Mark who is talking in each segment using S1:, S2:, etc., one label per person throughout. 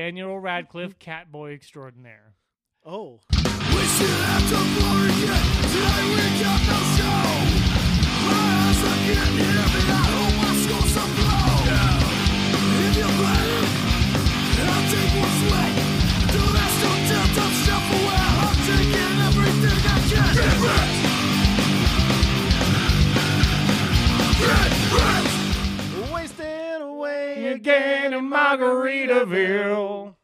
S1: Mm-hmm. Radcliffe, Catboy Extraordinaire.
S2: Oh,
S3: We should have to floor again. Today we got no show. My husband can't hear me. I hope my school's a blow. If you're ready, I'll take what's left. Do that still tilt up shuffleware. I'm taking everything I can. Get rich. Get rich.
S2: wasted away
S1: Again in Margaritaville,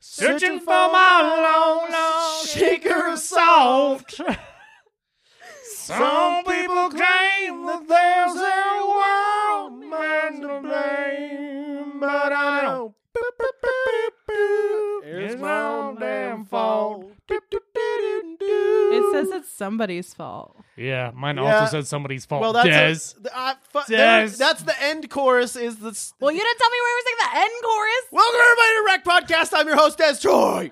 S1: searching for my long, lost shaker of soft. Some people claim that there's a world man to blame, but I don't.
S2: It's
S1: It's
S2: my own damn fault.
S4: It says it's somebody's fault.
S1: Yeah, mine
S2: Yeah.
S1: also said somebody's fault.
S2: Well, that's
S1: Des.
S2: A, th- I, fu- there-
S1: Des.
S2: that's the end chorus. Is the s-
S4: Well, you didn't tell me we were singing the end chorus.
S2: welcome everybody to Rec Podcast? I'm your host Des Troy,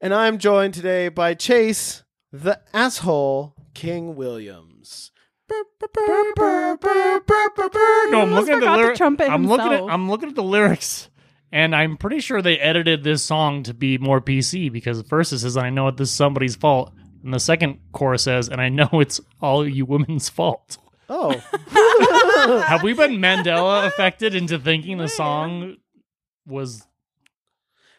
S2: and I'm joined today by Chase, the asshole King Williams.
S1: No, I'm
S4: almost
S1: looking at the
S4: forgot the
S1: lyrics.
S4: trumpet
S1: I'm looking at
S4: himself.
S1: I'm looking at the lyrics, and I'm pretty sure they edited this song to be more PC because the first it says, "I know this is somebody's fault," and the second chorus says, "And I know it's all you women's fault."
S2: Oh,
S1: Have we been Mandela affected into thinking the song was?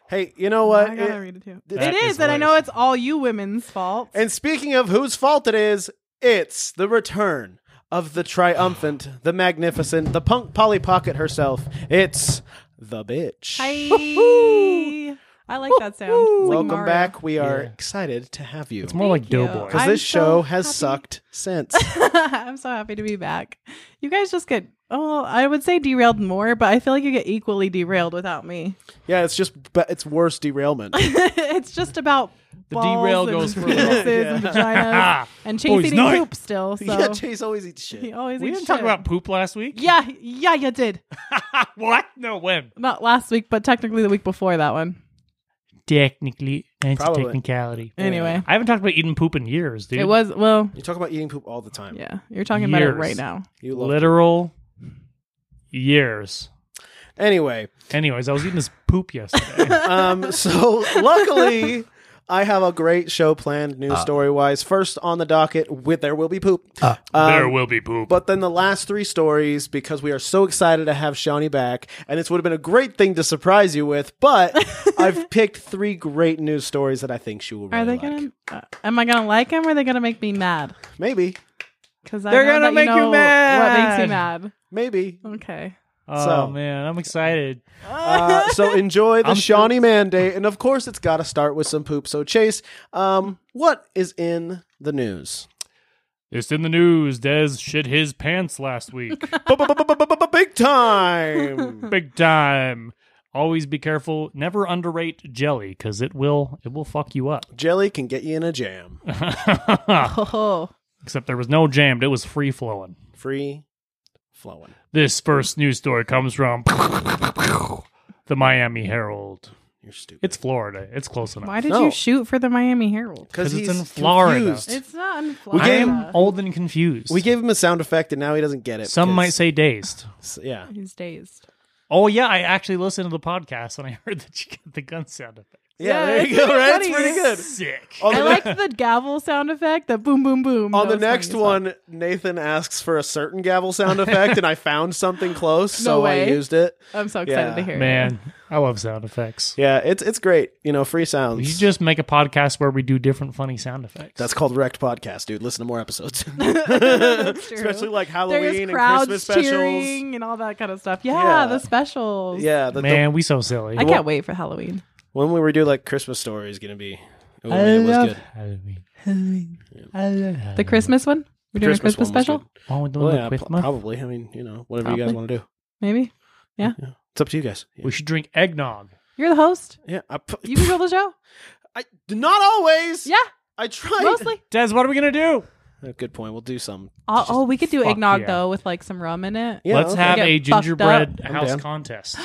S2: hey, you know what?
S4: I gotta
S2: It-
S4: read it too.
S2: That
S4: It is,
S1: is
S4: and I know
S1: hilarious.
S4: it's all you women's fault.
S2: And speaking of whose fault it is, it's the return of the triumphant, the magnificent, the punk Polly Pocket herself. It's the bitch.
S4: Hi. I like that sound. It's like
S2: Welcome
S4: Mario.
S2: back. We are
S1: Yeah.
S2: excited to have you.
S1: It's more like
S4: Thank you.
S1: Doughboy.
S2: Because
S4: I'm
S2: this show
S4: so
S2: has
S4: happy.
S2: sucked since.
S4: I'm so happy to be back. You guys just get oh, I would say derailed more, but I feel like you get equally derailed without me.
S2: yeah, it's just, but it's worse derailment.
S4: it's just about
S1: The
S4: balls
S1: derail
S4: and
S1: goes further.
S4: penises and vaginas and Chase
S1: Boys
S4: eating
S1: night.
S4: poop still. So
S2: Yeah, Chase always eats shit.
S4: he always
S1: we
S4: eats
S1: didn't talk
S4: shit.
S1: about poop last week.
S4: Yeah, yeah, you did.
S1: what? No, when?
S4: Not last week, but technically the week before that one.
S1: Technically, it's a
S2: Probably.
S1: technicality.
S2: Oh,
S4: Anyway,
S1: I haven't talked about eating poop in years, dude.
S4: it was well,
S2: You talk about eating poop all the time.
S4: yeah. You're talking about it
S1: Years.
S4: right now.
S2: You love
S1: literal years.
S2: Anyway,
S1: Anyways, I was eating this poop yesterday.
S2: um, so luckily, I have a great show planned,
S1: Uh.
S2: news story wise. First on the docket, with there will be poop. Um,
S1: there will be poop.
S2: But then the last three stories, because we are so excited to have Shawnee back, and this would have been a great thing to surprise you with. But I've picked three great news stories that I think she will really
S4: Are they
S2: like.
S4: gonna? Uh, am I gonna like them? Or are they gonna make me mad?
S2: Maybe,
S4: Because they're
S1: They're gonna make you
S4: What makes you mad?
S2: maybe.
S4: Okay.
S1: oh
S2: so-
S1: man, I'm excited.
S2: Uh, so enjoy the
S1: I'm
S2: Shawnee Man Day, and of course, it's got to start with some poop. So Chase, um, what is in the news?
S1: It's in the news. Dez shit his pants last week.
S2: Big time.
S1: Big time. Always be careful. Never underrate jelly because it will it will fuck you up.
S2: Jelly can get you in a jam.
S4: Oh,
S1: Except there was no jammed. It was free flowing.
S2: Free flowing.
S1: This first news story comes from the Miami Herald.
S2: You're stupid.
S1: It's Florida. It's close enough.
S4: why did
S2: No.
S4: you shoot for the Miami Herald?
S2: Because
S1: it's
S2: he's
S1: in Florida.
S2: confused.
S4: It's not in
S2: We
S1: I
S4: Florida.
S2: gave-
S1: am old and confused.
S2: We gave him a sound effect, and now he doesn't get it.
S1: Some might
S2: because-
S1: say dazed.
S2: yeah.
S4: He's dazed.
S1: Oh yeah, I actually listened to the podcast and I heard that you get the gun sound effect.
S2: Yeah,
S4: Yeah,
S2: there
S4: it's
S2: you go.
S4: pretty
S2: Right? It's
S4: funny.
S2: pretty good.
S1: Sick.
S2: On
S4: I
S2: the,
S4: like the gavel sound effect. The boom, boom, boom.
S2: on
S4: That
S2: the
S4: was funny
S2: next
S4: as fuck.
S2: one, Nathan asks for a certain gavel sound effect, and I found something close,
S4: No
S2: so I
S4: way.
S2: used it.
S4: I'm so excited
S2: Yeah.
S4: to hear.
S1: Man, I love sound effects.
S2: Yeah, it's it's great. You know, free sounds.
S1: You just make a podcast where we do different funny sound effects.
S2: that's called Wrecked Podcast, dude. Listen to more episodes,
S4: That's true.
S2: especially like
S4: There's
S2: Halloween and
S4: crowds
S2: Christmas specials.
S4: cheering and all that kind of stuff. Yeah,
S2: Yeah.
S4: the specials.
S2: Yeah, the, the-
S1: man, we so silly.
S4: I can't wait for Halloween.
S2: when we redo like Christmas story is gonna be. Ooh,
S1: I
S2: it was
S1: love
S2: good.
S1: Halloween. Halloween. I love Halloween.
S4: The Christmas one. We're doing
S2: Christmas
S4: a Christmas
S2: one was
S4: special,
S2: good.
S1: Oh, we're doing
S2: Well,
S1: the
S2: yeah,
S1: Christmas?
S2: pro- probably. I mean, you know, whatever you guys
S4: Probably.
S2: want to do.
S4: maybe.
S2: It's up to you guys. Yeah,
S1: We should drink eggnog.
S4: You're the host.
S2: yeah I, pu-
S4: You control the show.
S2: I not always.
S4: Yeah,
S2: I tried.
S4: mostly.
S1: Des, what are we gonna do?
S2: Uh, Good point. We'll do some.
S4: Oh, oh, we could do
S1: fuck
S4: eggnog
S1: yeah.
S4: though with like some rum in it.
S2: Yeah,
S1: Let's
S2: okay.
S1: have
S4: Get
S1: a
S4: fucked up.
S1: gingerbread
S2: I'm
S1: house
S2: down.
S1: contest.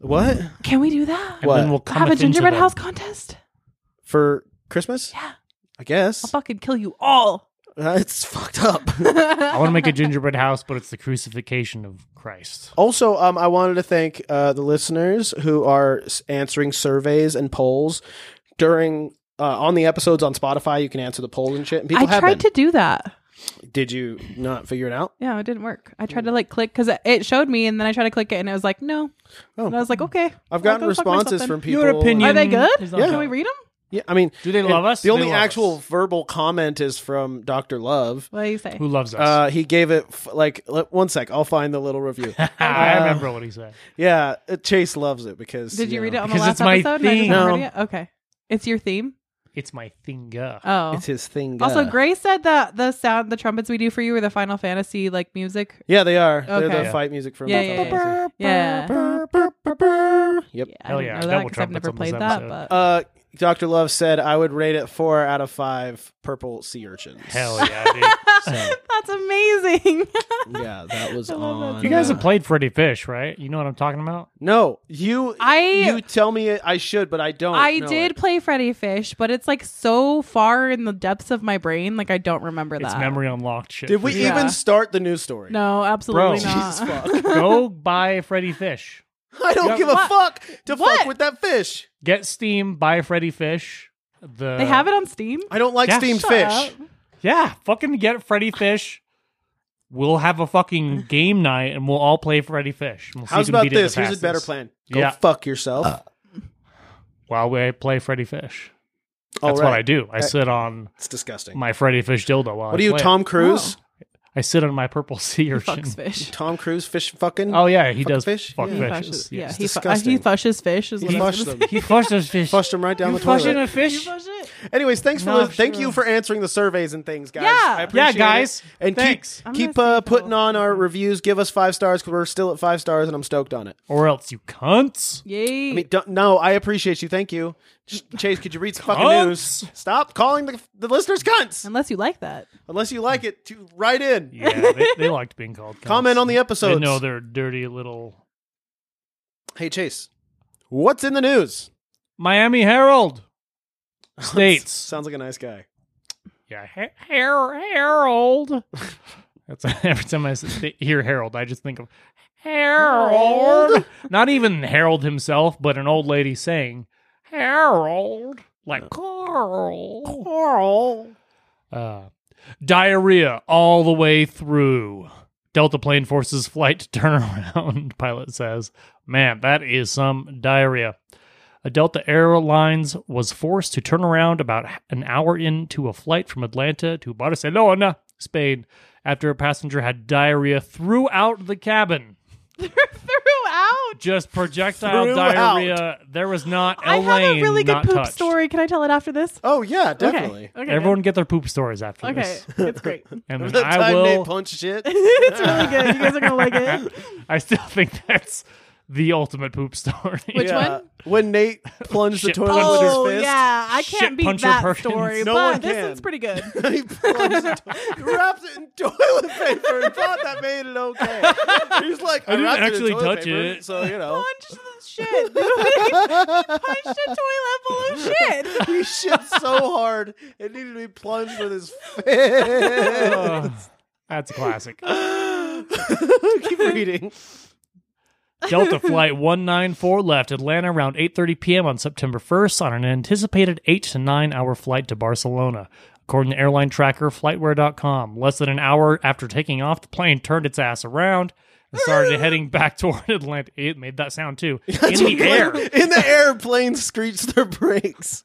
S2: What
S4: Can we do that?
S1: And
S2: What?
S1: then we'll
S4: Have a
S1: cometh into
S4: gingerbread
S1: them.
S4: house contest.
S2: for Christmas?
S4: Yeah.
S2: I guess.
S4: I'll fucking kill you all.
S2: Uh, it's fucked up.
S1: I want to make a gingerbread house, but it's the crucifixion of Christ.
S2: Also, um, I wanted to thank uh, the listeners who are s- answering surveys and polls during uh, on the episodes on Spotify. You can answer the polls and shit. And people
S4: I
S2: have
S4: tried
S2: been.
S4: to do that.
S2: Did you not figure it out?
S4: Yeah, it didn't work. I tried to like click because it, it showed me, and then I tried to click it, and it was like, no.
S2: Oh.
S4: And I was like, okay.
S2: I've gotten
S4: I'll go fuck
S2: responses
S4: myself
S2: from
S4: then.
S2: people.
S4: Are they good?
S1: is
S2: Yeah.
S4: Can we
S1: unfounded.
S4: read them?
S2: Yeah, I mean,
S1: Do they love us?
S2: the
S1: They
S2: only
S1: love us.
S2: actual verbal comment is from Doctor Love.
S4: What do you say?
S1: Who loves us?
S2: Uh, he gave it f- like l- one sec. I'll find the little review.
S1: I
S4: Ah.
S2: uh,
S1: remember what he said.
S2: yeah, uh, Chase loves it because
S4: Did you read it
S2: know,
S4: on the
S1: Because
S4: last
S1: it's my
S4: episode? and I just
S1: theme.
S2: No.
S4: haven't read it yet? Okay. It's your theme.
S1: It's my finger.
S4: Oh.
S2: It's his thing.
S4: also,
S2: uh,
S4: Gray said that the sound, the trumpets we do for you, are the Final Fantasy like music.
S2: Yeah, they are. They're
S4: Okay.
S2: the fight music from.
S4: Yeah, yeah, yeah. Yeah.
S2: Yep.
S4: I
S1: Hell
S4: didn't
S1: yeah,
S4: know that
S1: double
S4: 'cause I've never
S1: trumpets
S4: played
S1: on this
S4: that.
S1: episode.
S4: But
S2: Uh, Dr. Love said I would rate it four out of five purple sea urchins.
S1: Hell yeah, dude. So-
S4: that's amazing.
S2: yeah, that was
S4: I love that
S2: on.
S1: You guys
S2: uh,
S1: have played Freddy Fish, right? You know what I'm talking about?
S2: no, you.
S4: I-
S2: You tell me I should, but I don't.
S4: I
S2: know
S4: did
S2: it.
S4: play Freddy Fish, but it's like so far in the depths of my brain, like I don't remember that.
S1: It's memory unlocked shit.
S2: Did we
S4: Yeah.
S2: even start the news story?
S4: No, absolutely
S1: Bro.
S4: not.
S2: Jesus fuck.
S1: Go buy Freddy Fish.
S2: I don't
S1: Yeah.
S2: give a
S4: What?
S2: fuck to
S4: What?
S2: fuck with that fish.
S1: Get Steam, buy Freddy Fish. The
S4: They have it on Steam.
S2: I don't like
S1: Yeah.
S2: steamed
S4: Shut
S2: fish.
S4: up.
S1: Yeah, fucking get Freddy Fish. We'll have a fucking game night and we'll all play Freddy Fish. We'll see
S2: How's
S1: who can
S2: about
S1: beat it the
S2: this? Here's a better
S1: fastest. Uh,
S2: plan. Go
S1: Yeah.
S2: fuck yourself.
S1: While we play Freddy Fish.
S2: All
S1: That's
S2: right.
S1: what I do. I sit on
S2: It's disgusting.
S1: my Freddy Fish dildo while
S2: what
S1: I
S2: are you,
S1: play it.
S2: Tom Cruise?
S1: I sit on my purple sea urchin.
S4: Fucks fish.
S2: Tom Cruise fish fucking.
S1: Oh yeah, he does
S2: fish?
S1: Fuck
S2: Yeah.
S4: He
S1: fishes.
S4: fushes, yeah,
S1: yes.
S4: he, fu- uh,
S2: disgusting.
S4: he fushes fish. Is what
S2: he
S4: I'm
S2: flushed
S4: gonna
S2: them.
S1: He flushed those fish.
S2: Flushed them right down
S1: you
S2: the toilet.
S1: flushing a
S4: say.
S1: fish?
S4: Fush it.
S2: Anyways, thanks for
S1: No,
S2: listening. thank
S1: sure.
S2: you for answering the surveys and things, guys.
S4: Yeah.
S2: I appreciate
S1: Yeah, guys.
S2: it. and
S1: Thanks.
S4: I'm
S2: keep keep
S4: gonna
S2: uh,
S4: sneeze a little.
S2: putting on our reviews. Give us five stars because we're still at five stars, and I'm stoked on it.
S1: Or else you cunts.
S4: Yay!
S2: I mean, don't, no, I appreciate you. Thank you, Ch- Chase. Could you read some fucking
S1: Cunts.
S2: news? Stop calling the, the listeners cunts
S4: Unless you like that.
S2: unless you like it. To write in,
S1: Yeah, they, they liked being called. Cunts.
S2: comment on the
S1: They
S2: episodes.
S1: know their dirty little
S2: hey, Chase, what's in the news?
S1: Miami Herald states.
S2: Sounds like a nice guy.
S1: yeah, Her- Her- Herald. That's every time I s- th- hear Harold, I just think of Harold. Not even Harold himself, but an old lady saying Harold, like Carl.
S2: Carl.
S1: Uh, diarrhea all the way through. Delta plane forces flight to turn around, pilot says. Man, that is some diarrhea. A Delta Airlines was forced to turn around about an hour into a flight from Atlanta to Barcelona, Spain, after a passenger had diarrhea throughout the cabin.
S4: Throughout.
S1: Just projectile
S2: Throughout.
S1: diarrhea. There was not
S4: I
S1: Elaine
S4: have a really good
S1: not
S4: poop
S1: touched.
S4: story. Can I tell it after this?
S2: Oh yeah, definitely.
S4: Okay. okay
S1: Everyone get their poop stories after
S4: good. Okay,
S1: this.
S4: it's great.
S1: And
S2: Remember
S1: then
S2: that
S1: I
S2: time Nate
S1: will
S2: punched shit?
S4: it's really good. You guys are gonna like it.
S1: I still think that's the ultimate poop story.
S4: Which
S2: Yeah.
S4: one?
S2: When Nate plunged the
S1: Shit
S2: toilet
S1: punch.
S2: with his
S4: Oh
S2: fist.
S4: yeah, I
S1: Shit
S4: can't beat
S1: puncher
S4: that
S1: Perkins.
S4: story.
S2: No
S4: but
S2: one
S4: this
S2: can.
S4: one's pretty good.
S2: he plunged it- he wrapped it in toilet paper and thought that made it okay. He was like, I,
S1: I didn't
S2: wrapped it
S1: actually
S2: in toilet
S1: touch
S2: paper,
S1: it.
S2: So, you know.
S4: Punch the shit. Punch the toilet full of shit.
S2: He shit so hard, it needed to be plunged with his fist.
S1: Uh, that's a classic.
S2: Keep reading.
S1: Delta Flight 194 left Atlanta around 8:30 p.m. on September 1st on an anticipated 8 to 9 hour flight to Barcelona. According to airline tracker flightware.com, less than an hour after taking off, the plane turned its ass around and started heading back toward Atlanta. It made that sound too. In the air.
S2: In the air, planes screech their brakes.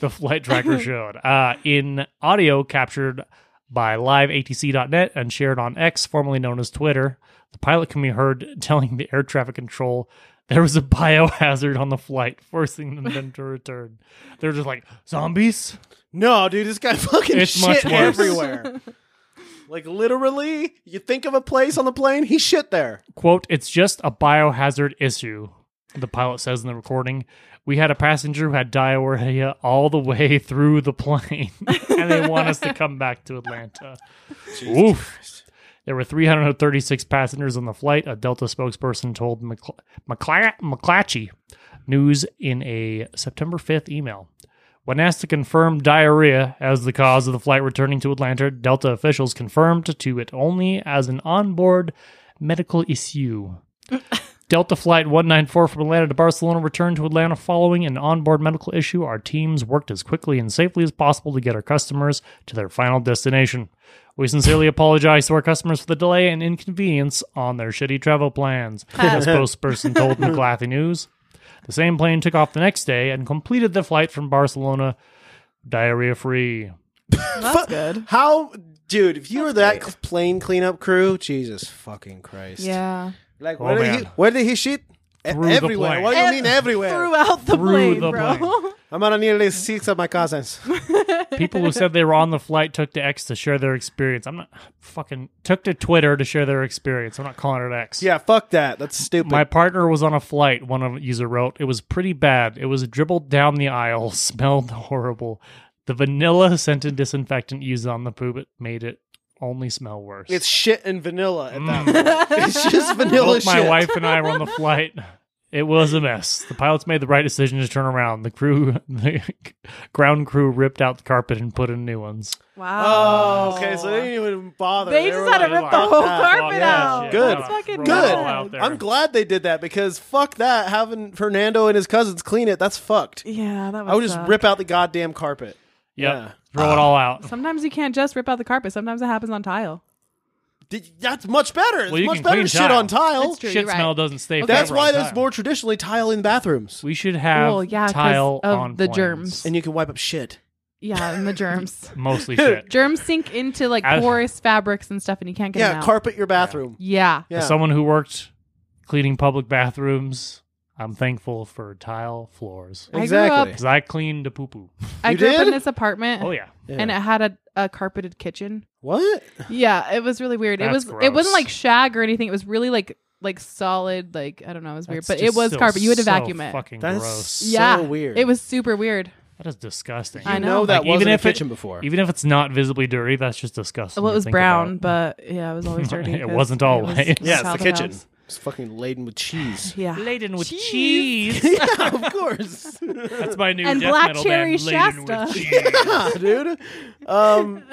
S1: the flight tracker showed uh, in audio captured by liveatc.net and shared on X, formerly known as Twitter. The pilot can be heard telling the air traffic control there was a biohazard on the flight, forcing them to return. They're just like zombies.
S2: No, dude, this guy fucking
S1: It's
S2: shit
S1: much worse.
S2: everywhere. like, literally, you think of a place on the plane, he shit there.
S1: quote, it's just a biohazard issue, the pilot says in the recording. We had a passenger who had diarrhea all the way through the plane, and they want us to come back to Atlanta. Oof. There were 336 passengers on the flight, a Delta spokesperson told McCl- McCla- McClatchy News in a September 5th email. When asked to confirm diarrhea as the cause of the flight returning to Atlanta, Delta officials confirmed to it only as an onboard medical issue. Delta Flight 194 from Atlanta to Barcelona returned to Atlanta following an onboard medical issue. Our teams worked as quickly and safely as possible to get our customers to their final destination. We sincerely apologize to our customers for the delay and inconvenience on their shitty travel plans, this spokesperson told McLathy News. The same plane took off the next day and completed the flight from Barcelona diarrhea free.
S4: That's good.
S2: How, dude? If you were that cl- plane cleanup crew, Jesus fucking Christ!
S4: Yeah.
S2: Like
S1: Oh,
S2: where did he?
S1: man.
S2: Where did he shit? E-
S1: Through the
S2: everywhere.
S1: plane.
S2: What do you mean everywhere?
S4: Throughout the
S1: Through
S4: plane,
S1: the
S4: bro.
S1: plane.
S2: I'm gonna need at least six of my cousins.
S1: People who said they were on the flight took to X to share their experience. I'm not fucking took to Twitter to share their experience. I'm not calling it X.
S2: yeah, fuck that. That's stupid.
S1: My partner was on a flight, one user wrote. It was pretty bad. It was dribbled down the aisle, smelled horrible. The vanilla scented disinfectant used on the poop it made it only smell worse.
S2: it's shit and vanilla at
S1: Mm.
S2: that point. It's just vanilla
S1: Both my
S2: shit.
S1: wife and I were on the flight. It was a mess. The pilots made the right decision to turn around. The crew, the ground crew, ripped out the carpet and put in new ones.
S4: Wow.
S2: Oh, okay. So they didn't even bother.
S4: They just
S2: were
S4: had to
S2: like,
S4: rip the
S2: fuck
S4: whole
S2: that.
S4: carpet out.
S2: Good.
S1: That's
S4: fucking
S2: Good.
S1: Out there.
S2: I'm glad they did that because fuck that. Having Fernando and his cousins clean it, that's fucked.
S4: Yeah, that would
S2: I would just
S4: suck.
S2: rip out the goddamn carpet.
S1: Yep.
S2: Yeah.
S1: Throw it all out.
S4: Sometimes you can't just rip out the carpet. Sometimes it happens on tile.
S2: Did, that's much better. It's
S1: you
S2: much
S1: can
S2: better
S1: clean
S2: shit
S1: tile.
S2: on tile.
S4: That's true.
S1: Shit
S4: you're right.
S1: smell doesn't stay.
S4: Okay.
S2: That's
S1: forever
S2: why
S1: on
S2: there's
S1: time.
S2: more traditionally tile in bathrooms,
S1: We should have
S4: Well, yeah, 'cause
S1: tile
S4: of
S1: on
S4: the
S1: planes.
S4: germs.
S2: and you can wipe up shit.
S4: Yeah, and the germs.
S1: Mostly shit.
S4: germs sink into like
S1: As-
S4: porous fabrics and stuff, and you can't get them
S2: Yeah,
S4: out.
S2: carpet your bathroom.
S4: yeah.
S2: Yeah.
S1: As someone who worked cleaning public bathrooms, I'm thankful for tile floors
S4: I grew
S2: Exactly.
S4: up.
S1: because I cleaned a poo poo.
S4: I
S2: You
S4: grew up in
S2: did?
S4: this apartment,
S1: Oh yeah,
S4: and
S2: Yeah.
S4: it had a, a carpeted kitchen.
S2: What?
S4: Yeah, it was really weird. it
S1: That's
S4: was. It wasn't
S1: gross.
S4: like shag or anything. It was really like like solid. Like I don't know. It was weird,
S1: That's
S4: but it
S1: just
S4: was
S1: still
S4: carpet. You had to
S1: so
S4: vacuum it.
S1: Fucking
S2: That's
S1: gross.
S2: so
S4: yeah,
S2: weird.
S4: It was super weird.
S1: That is disgusting.
S4: I
S2: You
S4: know.
S2: know that
S1: Like,
S2: wasn't
S1: even
S2: a
S1: if it-
S2: kitchen before.
S1: Even if it's not visibly dirty, that's just disgusting.
S4: Well, it
S1: to
S4: was
S1: think
S4: brown,
S1: about.
S4: but yeah, it was always dirty.
S1: It
S4: 'cause
S1: wasn't
S4: it was
S1: always. Yeah, it's
S2: yeah, it's
S4: south
S2: the
S4: of
S2: kitchen.
S4: us.
S2: It's fucking laden with cheese.
S4: Yeah.
S1: laden with
S4: Cheese.
S1: cheese.
S2: yeah, of course.
S1: that's my new
S4: And
S1: death
S4: black
S1: metal
S4: cherry
S1: band, laden
S4: Shasta.
S1: with cheese.
S2: Yeah, dude. Um,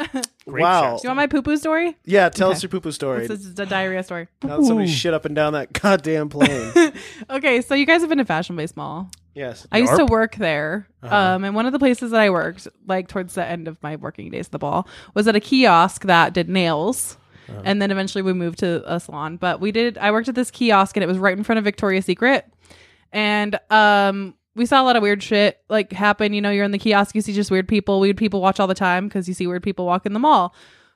S1: Grape
S2: wow.
S1: Shasta.
S4: Do you want my poo poo story?
S2: Yeah, tell us
S4: Okay.
S2: your poo poo story.
S4: This is a diarrhea story.
S2: Now that somebody shit up and down that goddamn plane.
S4: Okay, so you guys have been to Fashion Base Mall.
S2: yes.
S4: I used to
S1: Yarp.
S4: work there. Um, and one of the places that I worked, like towards the end of my working days at the ball, was at a kiosk that did nails. And then eventually we moved to a salon. But we did, I worked at this kiosk and it was right in front of Victoria's Secret. And um, we saw a lot of weird shit like happen. You know, you're in the kiosk, you see just weird people. Weird people watch all the time because you see weird people walk in the mall.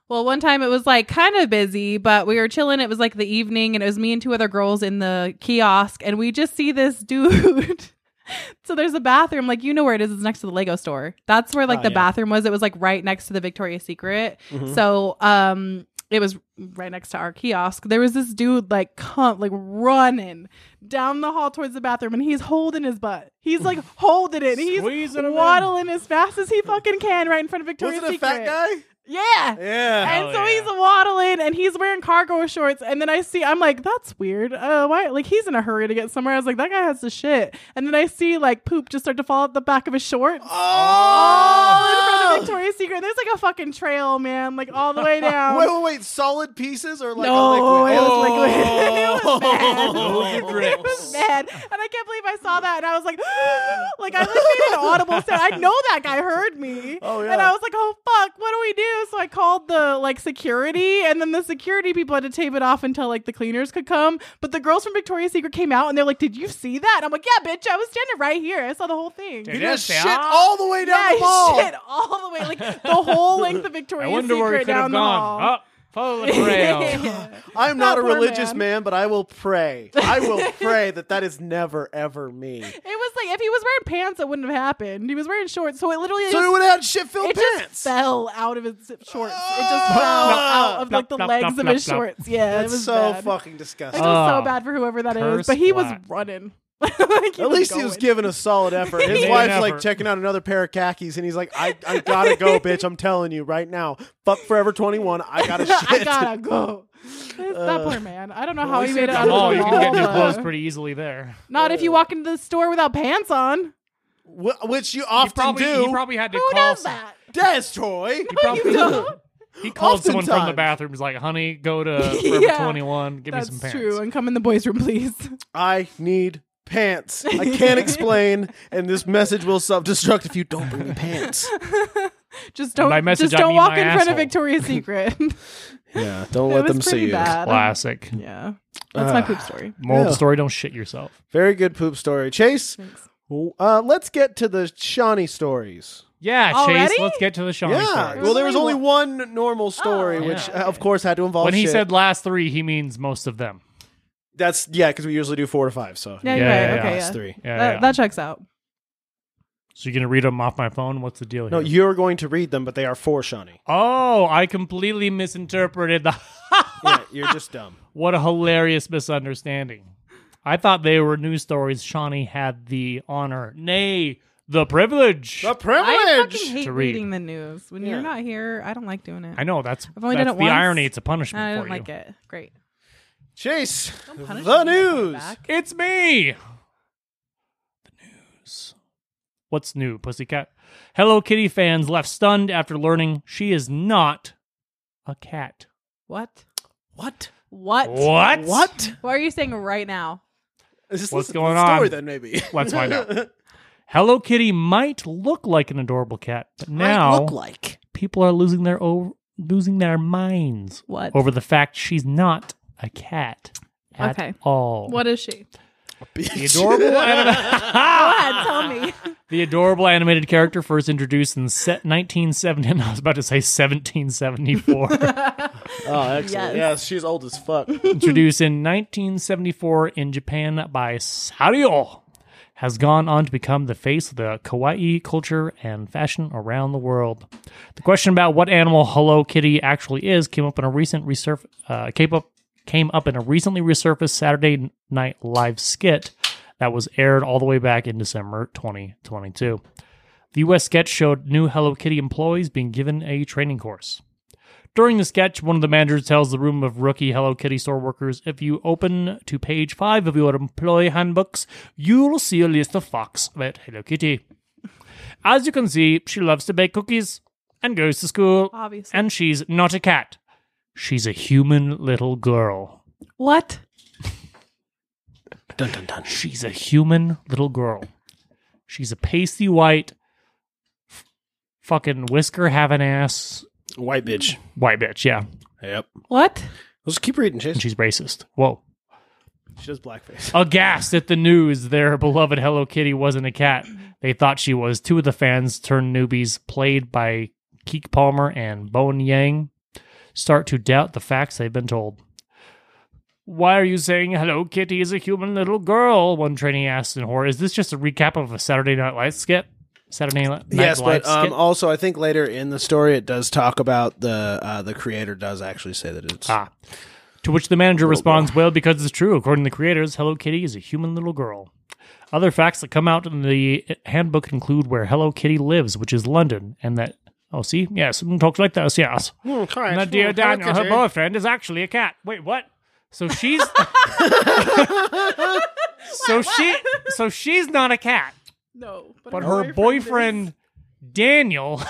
S4: Well, one time it was like kind of busy, but we were chilling. It was like the evening, and it was me and two other girls in the kiosk, and we just see this dude. so there's a bathroom, like you know where it is. It's next to the Lego store. That's where like
S2: Oh,
S4: the
S2: yeah. Mm-hmm.
S4: bathroom was. It was like right next to the Victoria's Secret. So um, it was right next to our kiosk. There was this dude like come like running down the hall towards the bathroom, and he's holding his butt. He's like holding it. and He's
S1: Squeezing him in.
S4: waddling as fast as he fucking can right in front of
S2: Was
S4: Victoria's
S2: it a
S4: Secret.
S2: fat guy?
S4: Yeah.
S2: Yeah.
S4: And
S1: Hell
S4: so
S1: yeah.
S4: he's waddling and he's wearing cargo shorts. And then I see, I'm like, that's weird. Uh, why? Like, he's in a hurry to get somewhere. I was like, that guy has the shit. And then I see, like, poop just start to fall out the back of his shorts.
S1: Oh!
S4: All in front of
S2: Oh!
S4: Victoria's Secret. There's like a fucking trail, man, like all the way down.
S2: Wait, wait, wait. Solid pieces or like
S4: No,
S2: a liquid? Oh.
S4: it was liquid.
S1: Those are
S4: It was bad. It was mad. And I can't believe I saw that. And I was like, like I like made an audible sound. I know that guy heard me.
S2: Oh, yeah.
S4: And I was like, oh fuck, what do we do? So I called the like security, and then the security people had to tape it off until like the cleaners could come. But the girls from Victoria's Secret came out, and they're like, did you see that? And I'm like, yeah, bitch, I was standing right here. I saw the whole thing.
S1: Dude,
S2: He
S1: It
S2: just
S1: is
S2: shit
S1: bad.
S2: all the way down
S4: yeah,
S2: the mall.
S4: shit all the way, like the whole length of
S1: I
S4: Victoria's
S1: wonder
S4: Secret
S1: where he could
S4: down
S1: have
S4: the
S1: gone. Oh,
S4: hall.
S1: Up, follow the trail.
S2: I'm not a
S4: poor
S2: religious
S4: man.
S2: man. but I will pray. I will pray that that is never ever me.
S4: It was like if he was wearing pants, it wouldn't have happened. He was wearing shorts, so it literally
S2: So
S4: just,
S2: he would have had shit filled
S4: it
S2: pants.
S4: just fell out of his zip shorts. It just
S2: Ah!
S4: fell out of
S1: Plop,
S4: like the
S1: plop,
S4: legs
S1: plop,
S4: of
S1: plop,
S4: his
S1: plop.
S4: shorts. Yeah,
S2: That's
S4: it was
S2: so
S4: bad.
S2: fucking
S4: It
S2: disgusting.
S4: was so
S1: Ah.
S4: bad for whoever that is,
S1: Curse
S4: but he was
S1: black.
S4: running. Like,
S2: At least he was
S4: going.
S2: giving a solid effort. His
S1: made an
S2: wife's like
S1: effort.
S2: checking out another pair of khakis, and he's like, "I, I gotta go, bitch. I'm telling you right now. Fuck Forever 21. I gotta shit.
S4: I gotta go. that poor man. I don't know how he
S2: least
S4: made
S2: he
S1: Come
S2: was at
S4: it out of
S2: the
S1: on, you can get new
S4: but-
S1: clothes pretty easily there.
S4: Not if you walk into the store without pants on.
S2: Wh- which you often
S1: probably,
S2: do.
S1: He probably had to
S4: Who
S1: call.
S4: does
S1: some-
S4: that?
S2: Destroy.
S1: He probably he called someone from the
S2: Oftentimes.
S1: bathroom. He's like, "Honey, go to Forever
S4: Yeah.
S1: 21. Give
S4: That's
S1: me some pants."
S4: true. And come in the boys' room, please.
S2: I need pants. I can't explain, and this message will self-destruct if you don't bring me pants.
S4: just don't.
S1: by message,
S4: just
S1: I
S4: don't
S1: mean
S4: walk
S1: my
S4: in front of
S1: asshole.
S4: Victoria's Secret.
S2: Yeah, don't
S4: It
S2: let
S4: was
S2: them see
S4: pretty
S2: you.
S4: bad.
S1: Classic.
S4: Yeah, that's my poop story.
S1: Moral of
S2: Yeah.
S1: the story: Don't shit yourself.
S2: Very good poop story, Chase.
S4: Thanks.
S2: Uh, let's get to the Shawnee stories.
S1: Yeah,
S4: Already?
S1: Chase. Let's get to the Shawnee
S2: yeah,
S1: story.
S2: well, there was only one normal story,
S4: Oh,
S2: which
S1: yeah.
S2: uh, of course had to involve.
S1: when he
S2: shit.
S1: said last three, he means most of them.
S2: that's yeah, because we usually do four to five. So
S1: Yeah,
S4: Yeah, you're right.
S1: yeah, yeah.
S4: okay,
S2: that's
S4: yeah.
S2: three.
S1: Yeah,
S4: That,
S1: yeah.
S4: that checks out.
S1: so you're gonna read them off my phone? What's the deal here?
S2: No, you're going to read them, but they are for Shawnee.
S1: oh, I completely misinterpreted the.
S2: yeah, you're just dumb.
S1: what a hilarious misunderstanding. I thought they were news stories. Shawnee had the honor, nay, the privilege.
S2: The
S4: I
S2: privilege.
S4: fucking hate
S1: to read.
S4: reading the news when
S2: Yeah.
S4: you're not here. I don't like doing it.
S1: I know that's,
S4: I've only
S1: that's
S4: done it
S1: the
S4: once,
S1: irony. It's a
S4: And
S1: punishment
S4: I
S1: for
S4: don't
S1: you.
S4: like it. Great.
S2: Chase,
S4: Punish
S2: the
S4: me when I come
S2: news.
S4: back.
S1: It's me. The news. What's new, pussycat? Hello Kitty fans left stunned after learning she is not a cat.
S4: What?
S2: What?
S4: What?
S1: What?
S2: What?
S4: What are you saying right now?
S2: Just
S1: What's
S2: listen to
S1: going
S2: the Story
S1: on?
S2: then maybe.
S1: Let's find out. Hello Kitty might look like an adorable cat, but now
S2: look like.
S1: people are losing their o- losing their minds
S4: What?
S1: over the fact she's not a cat at
S4: Okay.
S1: all.
S4: What is she?
S1: the adorable
S4: Go
S1: anima-
S4: ahead, tell me.
S1: the adorable animated character first introduced in set 1970 and I was about to say 1774
S2: Oh, excellent.
S4: Yes.
S2: Yeah, she's old as fuck.
S1: introduced in 1974 in Japan by Sario has gone on to become the face of the kawaii culture and fashion around the world. The question about what animal Hello Kitty actually is came up in a recent resurf uh, came up came up in a recently resurfaced Saturday Night Live skit that was aired all the way back in December 2022. The U.S. sketch showed new Hello Kitty employees being given a training course. During the sketch, one of the managers tells the room of rookie Hello Kitty store workers if you open to page five of your employee handbooks, you'll see a list of facts about Hello Kitty. As you can see, she loves to bake cookies and goes to school.
S4: Obviously.
S1: And she's not a cat. She's a human little girl.
S4: What?
S2: dun dun dun.
S1: She's a human little girl. She's a pasty white, f- fucking whisker having ass
S2: White bitch.
S1: white bitch. Yeah.
S2: Yep.
S4: What?
S2: Let's keep reading,
S1: And
S2: Chase.
S1: she's racist. Whoa.
S2: She does blackface.
S1: Aghast at the news, their beloved Hello Kitty wasn't a cat. They thought she was. Two of the fans turned newbies, played by Keek Palmer and Bowen Yang, start to doubt the facts they've been told. Why are you saying Hello Kitty is a human little girl? One trainee asked in horror. Is this just a recap of a Saturday Night Live skit? Saturday Night
S2: yes,
S1: Live
S2: but um,
S1: skit?
S2: also I think later in the story it does talk about the uh, the creator does actually say that it's
S1: Ah. To which the manager responds, Well, because it's true. According to the creators, Hello Kitty is a human little girl. Other facts that come out in the handbook include where Hello Kitty lives, which is London, and that. Oh, see? Yes, someone talks like this, yes.
S2: Hmm,
S1: And that dear Daniel, her boyfriend, is actually a cat. Wait, what? So she's. so she. So she's not a cat,
S4: No.
S1: but her boyfriend Daniel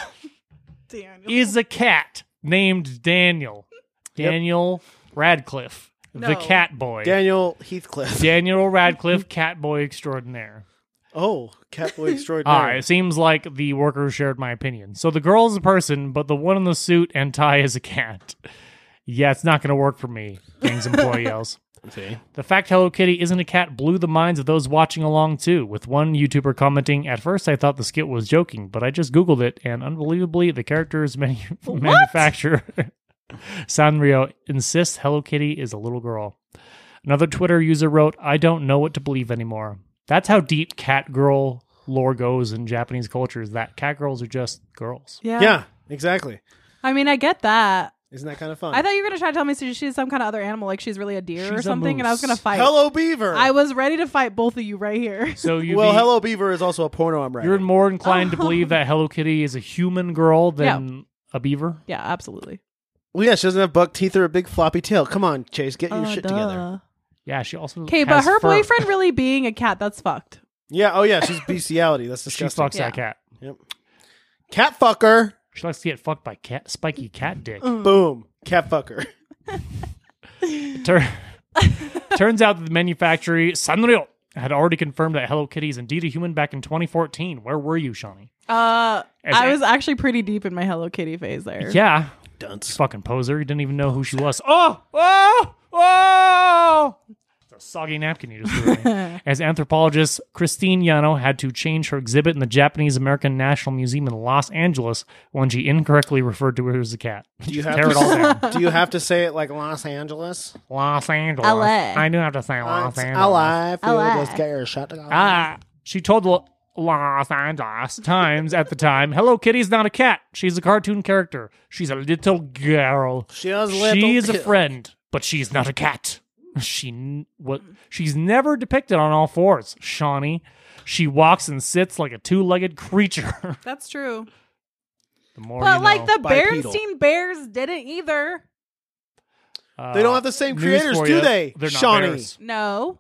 S4: Daniel.
S1: is a cat named Daniel. Daniel Radcliffe, the
S4: No.
S1: cat boy.
S2: Daniel Heathcliff.
S1: Daniel Radcliffe, cat boy extraordinaire.
S2: Oh, Catboy Extraordinary.
S1: Ah, it seems like the worker shared my opinion. So the girl is a person, but the one in the suit and tie is a cat. Yeah, it's not going to work for me. Gang's employee yells.
S2: See?
S1: The fact Hello Kitty isn't a cat blew the minds of those watching along too, with one YouTuber commenting, At first I thought the skit was joking, but I just Googled it, and unbelievably, the character's manu- manufacturer, Sanrio, insists Hello Kitty is a little girl. Another Twitter user wrote, I don't know what to believe anymore. That's how deep cat girl lore goes in Japanese culture, is that cat girls are just girls.
S4: Yeah.
S2: Yeah, exactly.
S4: I mean, I get that.
S2: Isn't that kind of fun?
S4: I thought you were gonna try to tell me so she's some kind of other animal, like she's really a deer or
S1: She's a
S4: something, and I was
S1: moose.
S4: gonna fight.
S2: Hello Beaver.
S4: I was ready to fight both of you right here.
S1: So you
S2: well,
S1: be-
S2: Hello Beaver is also a porno I'm
S1: you're
S2: writing.
S1: more inclined to believe that Hello Kitty is a human girl than a beaver?
S4: Yeah, absolutely.
S2: Well, yeah, she doesn't have buck teeth or a big floppy tail. Come on,
S4: Oh, Uh,
S2: Chase, get your shit together.
S1: Yeah, she also
S4: Okay, but
S1: has
S4: her
S1: fur.
S4: boyfriend really being a cat, that's fucked.
S2: Yeah. Oh, yeah. She's bestiality. That's
S1: She
S2: disgusting.
S1: fucks that cat.
S2: cat fucker.
S1: She likes to get fucked by cat spiky cat dick.
S4: Mm. Hmm.
S2: Boom. Cat fucker.
S1: Tur- turns out that the manufacturer Sanrio had already confirmed that Hello Kitty is indeed a human back in 2014. Where were you, Shawnee?
S4: Uh,
S1: As
S4: I
S1: a-
S4: was actually pretty deep in my Hello Kitty phase there.
S1: Yeah,
S2: Dunce.
S1: fucking poser. You didn't even know who she was. Oh, oh, oh! It's a soggy napkin you just threw at me. As anthropologist Christine Yano had to change her exhibit in the Japanese American National Museum in Los Angeles when she incorrectly referred to her as a cat.
S2: Do you, have
S1: Tear it all
S2: to,
S1: down.
S2: do you have to say it like Los Angeles?
S1: Los Angeles.
S4: LA.
S1: I do have to say Los
S2: It's
S1: Angeles.
S2: alive. Dude,
S4: Alive.
S2: Let's get your shot.
S1: Ah, she told Lo- Los Angeles Times at the time, "Hello Kitty's not a cat. She's a cartoon character. She's a little girl.
S2: She has little
S1: She is a
S2: kids.
S1: friend, but she's not a cat. She n- what? She's never depicted on all fours. Shawnee. She walks and sits like a two-legged creature.
S4: That's true.
S1: the more
S4: But
S1: you
S4: like
S1: know.
S4: the
S2: bipedal.
S4: Bernstein Bears didn't either.
S1: Uh,
S2: They don't have the same
S1: news
S2: creators,
S1: for
S2: do
S1: ya,
S2: they,
S1: They're not
S2: Shawnee?
S1: bears.
S4: No.